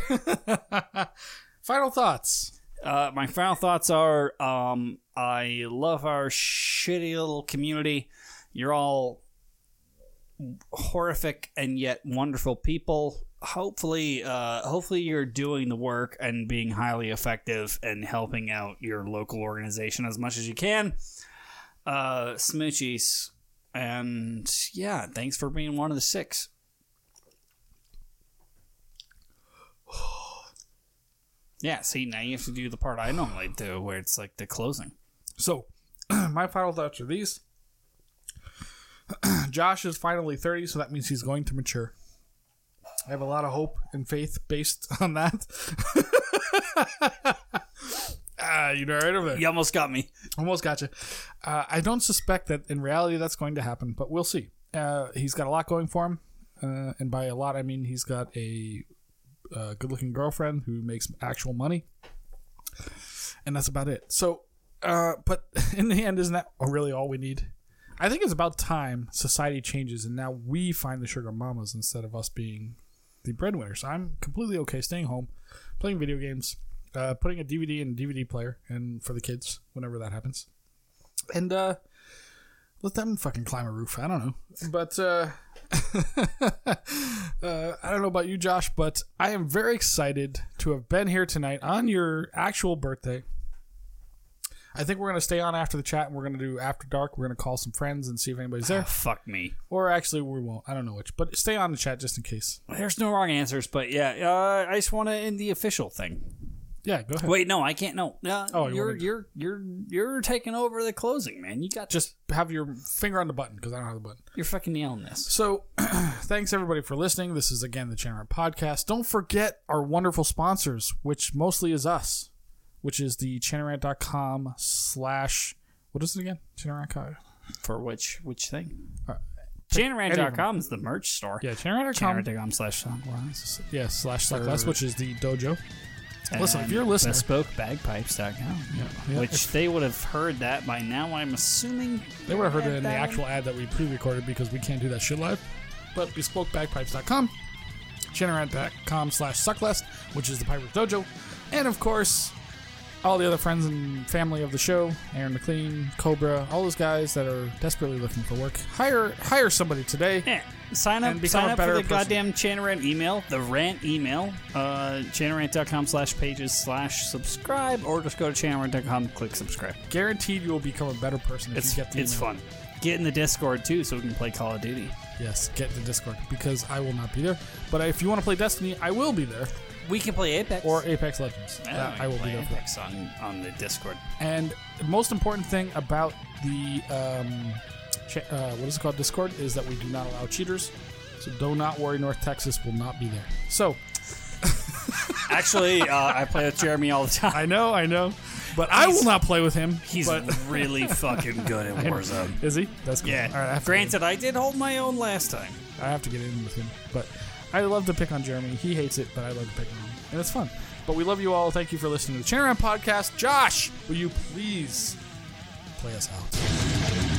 Final thoughts.
Uh, my final thoughts are um, I love our shitty little community. You're all horrific and yet wonderful people. Hopefully, uh, hopefully you're doing the work and being highly effective and helping out your local organization as much as you can. Uh, smoochies, and yeah, thanks for being one of the six. Yeah, see, now you have to do the part I normally do, where it's like the closing.
So my final thoughts are these. Josh is finally 30, so that means he's going to mature. I have a lot of hope and faith based on that. Ah, you know right over there.
You almost got me.
Almost gotcha. Uh, I don't suspect that in reality that's going to happen, but we'll see. Uh, he's got a lot going for him, uh, and by a lot I mean he's got a uh, good-looking girlfriend who makes actual money, and that's about it. So, uh, but in the end, isn't that really all we need? I think it's about time society changes, and now we find the sugar mamas instead of us being the breadwinners. I'm completely okay staying home, playing video games, uh, putting a DVD in a DVD player, and for the kids whenever that happens, and uh, let them fucking climb a roof. I don't know, but uh, uh, I don't know about you, Josh, but I am very excited to have been here tonight on your actual birthday. I think we're gonna stay on after the chat, and we're gonna do after dark. We're gonna call some friends and see if anybody's there,
Fuck me.
or actually we won't. I don't know which, but stay on the chat just in case.
There's no wrong answers, but yeah, uh, I just want to end the official thing.
Yeah, go ahead.
Wait, no, I can't. No, uh,
Oh, you
you're
wanted to-
you're you're you're taking over the closing, man. You got
Just have your finger on the button because I don't have the button.
you're fucking yelling this.
So, thanks everybody for listening. This is again the Channel Podcast. Don't forget our wonderful sponsors, which mostly is us, which is the com slash what is it again? Channerant.com.
For which which thing?
Uh,
Janarant.com is the merch store.
Yeah, Channerant.com.
Janarant.com slash
Yeah, slash slash less, which is the dojo. Listen, if you're a
And
listener-
bespokebagpipes.com,
yeah,
which they would have heard that by now. I'm assuming
They would have heard it in the actual ad that we pre-recorded because we can't do that shit live. But bespokebagpipes.com, channerant.com slash sucklest, which is the Pirate Dojo, and of course, all the other friends and family of the show, Aaron McLean, Cobra, all those guys that are desperately looking for work. Hire hire somebody today.
Yeah. Eh, Sign up,
And become
sign
a
up for
better
the
person.
goddamn Chanarant email, the rant email, uh, chanarant.com slash pages slash subscribe, or just go to chanarant.com, click subscribe.
Guaranteed you will become a better person if
It's,
you get the
it's
email.
fun. Get in the Discord too so we can play Call of Duty.
Yes, get the Discord because I will not be there. But if you want to play Destiny, I will be there.
We can play Apex.
Or Apex Legends.
I,
Uh, I will be there for that.
Apex on, on the Discord.
And the most important thing about the um, cha- uh, what is it called Discord is that we do not allow cheaters. So do not worry, North Texas will not be there. So
Actually, uh, I play with Jeremy all the time.
I know, I know, but I will not play with him.
He's
but,
really fucking good at Warzone.
is he? That's cool.
Yeah.
All right, I have, to
Granted, I did hold my own last time.
get, I have to get in with him, but I love to pick on Jeremy. He hates it, but I love to pick on him, and it's fun. But we love you all. Thank you for listening to the Channel Round Podcast. Josh, will you please play us out?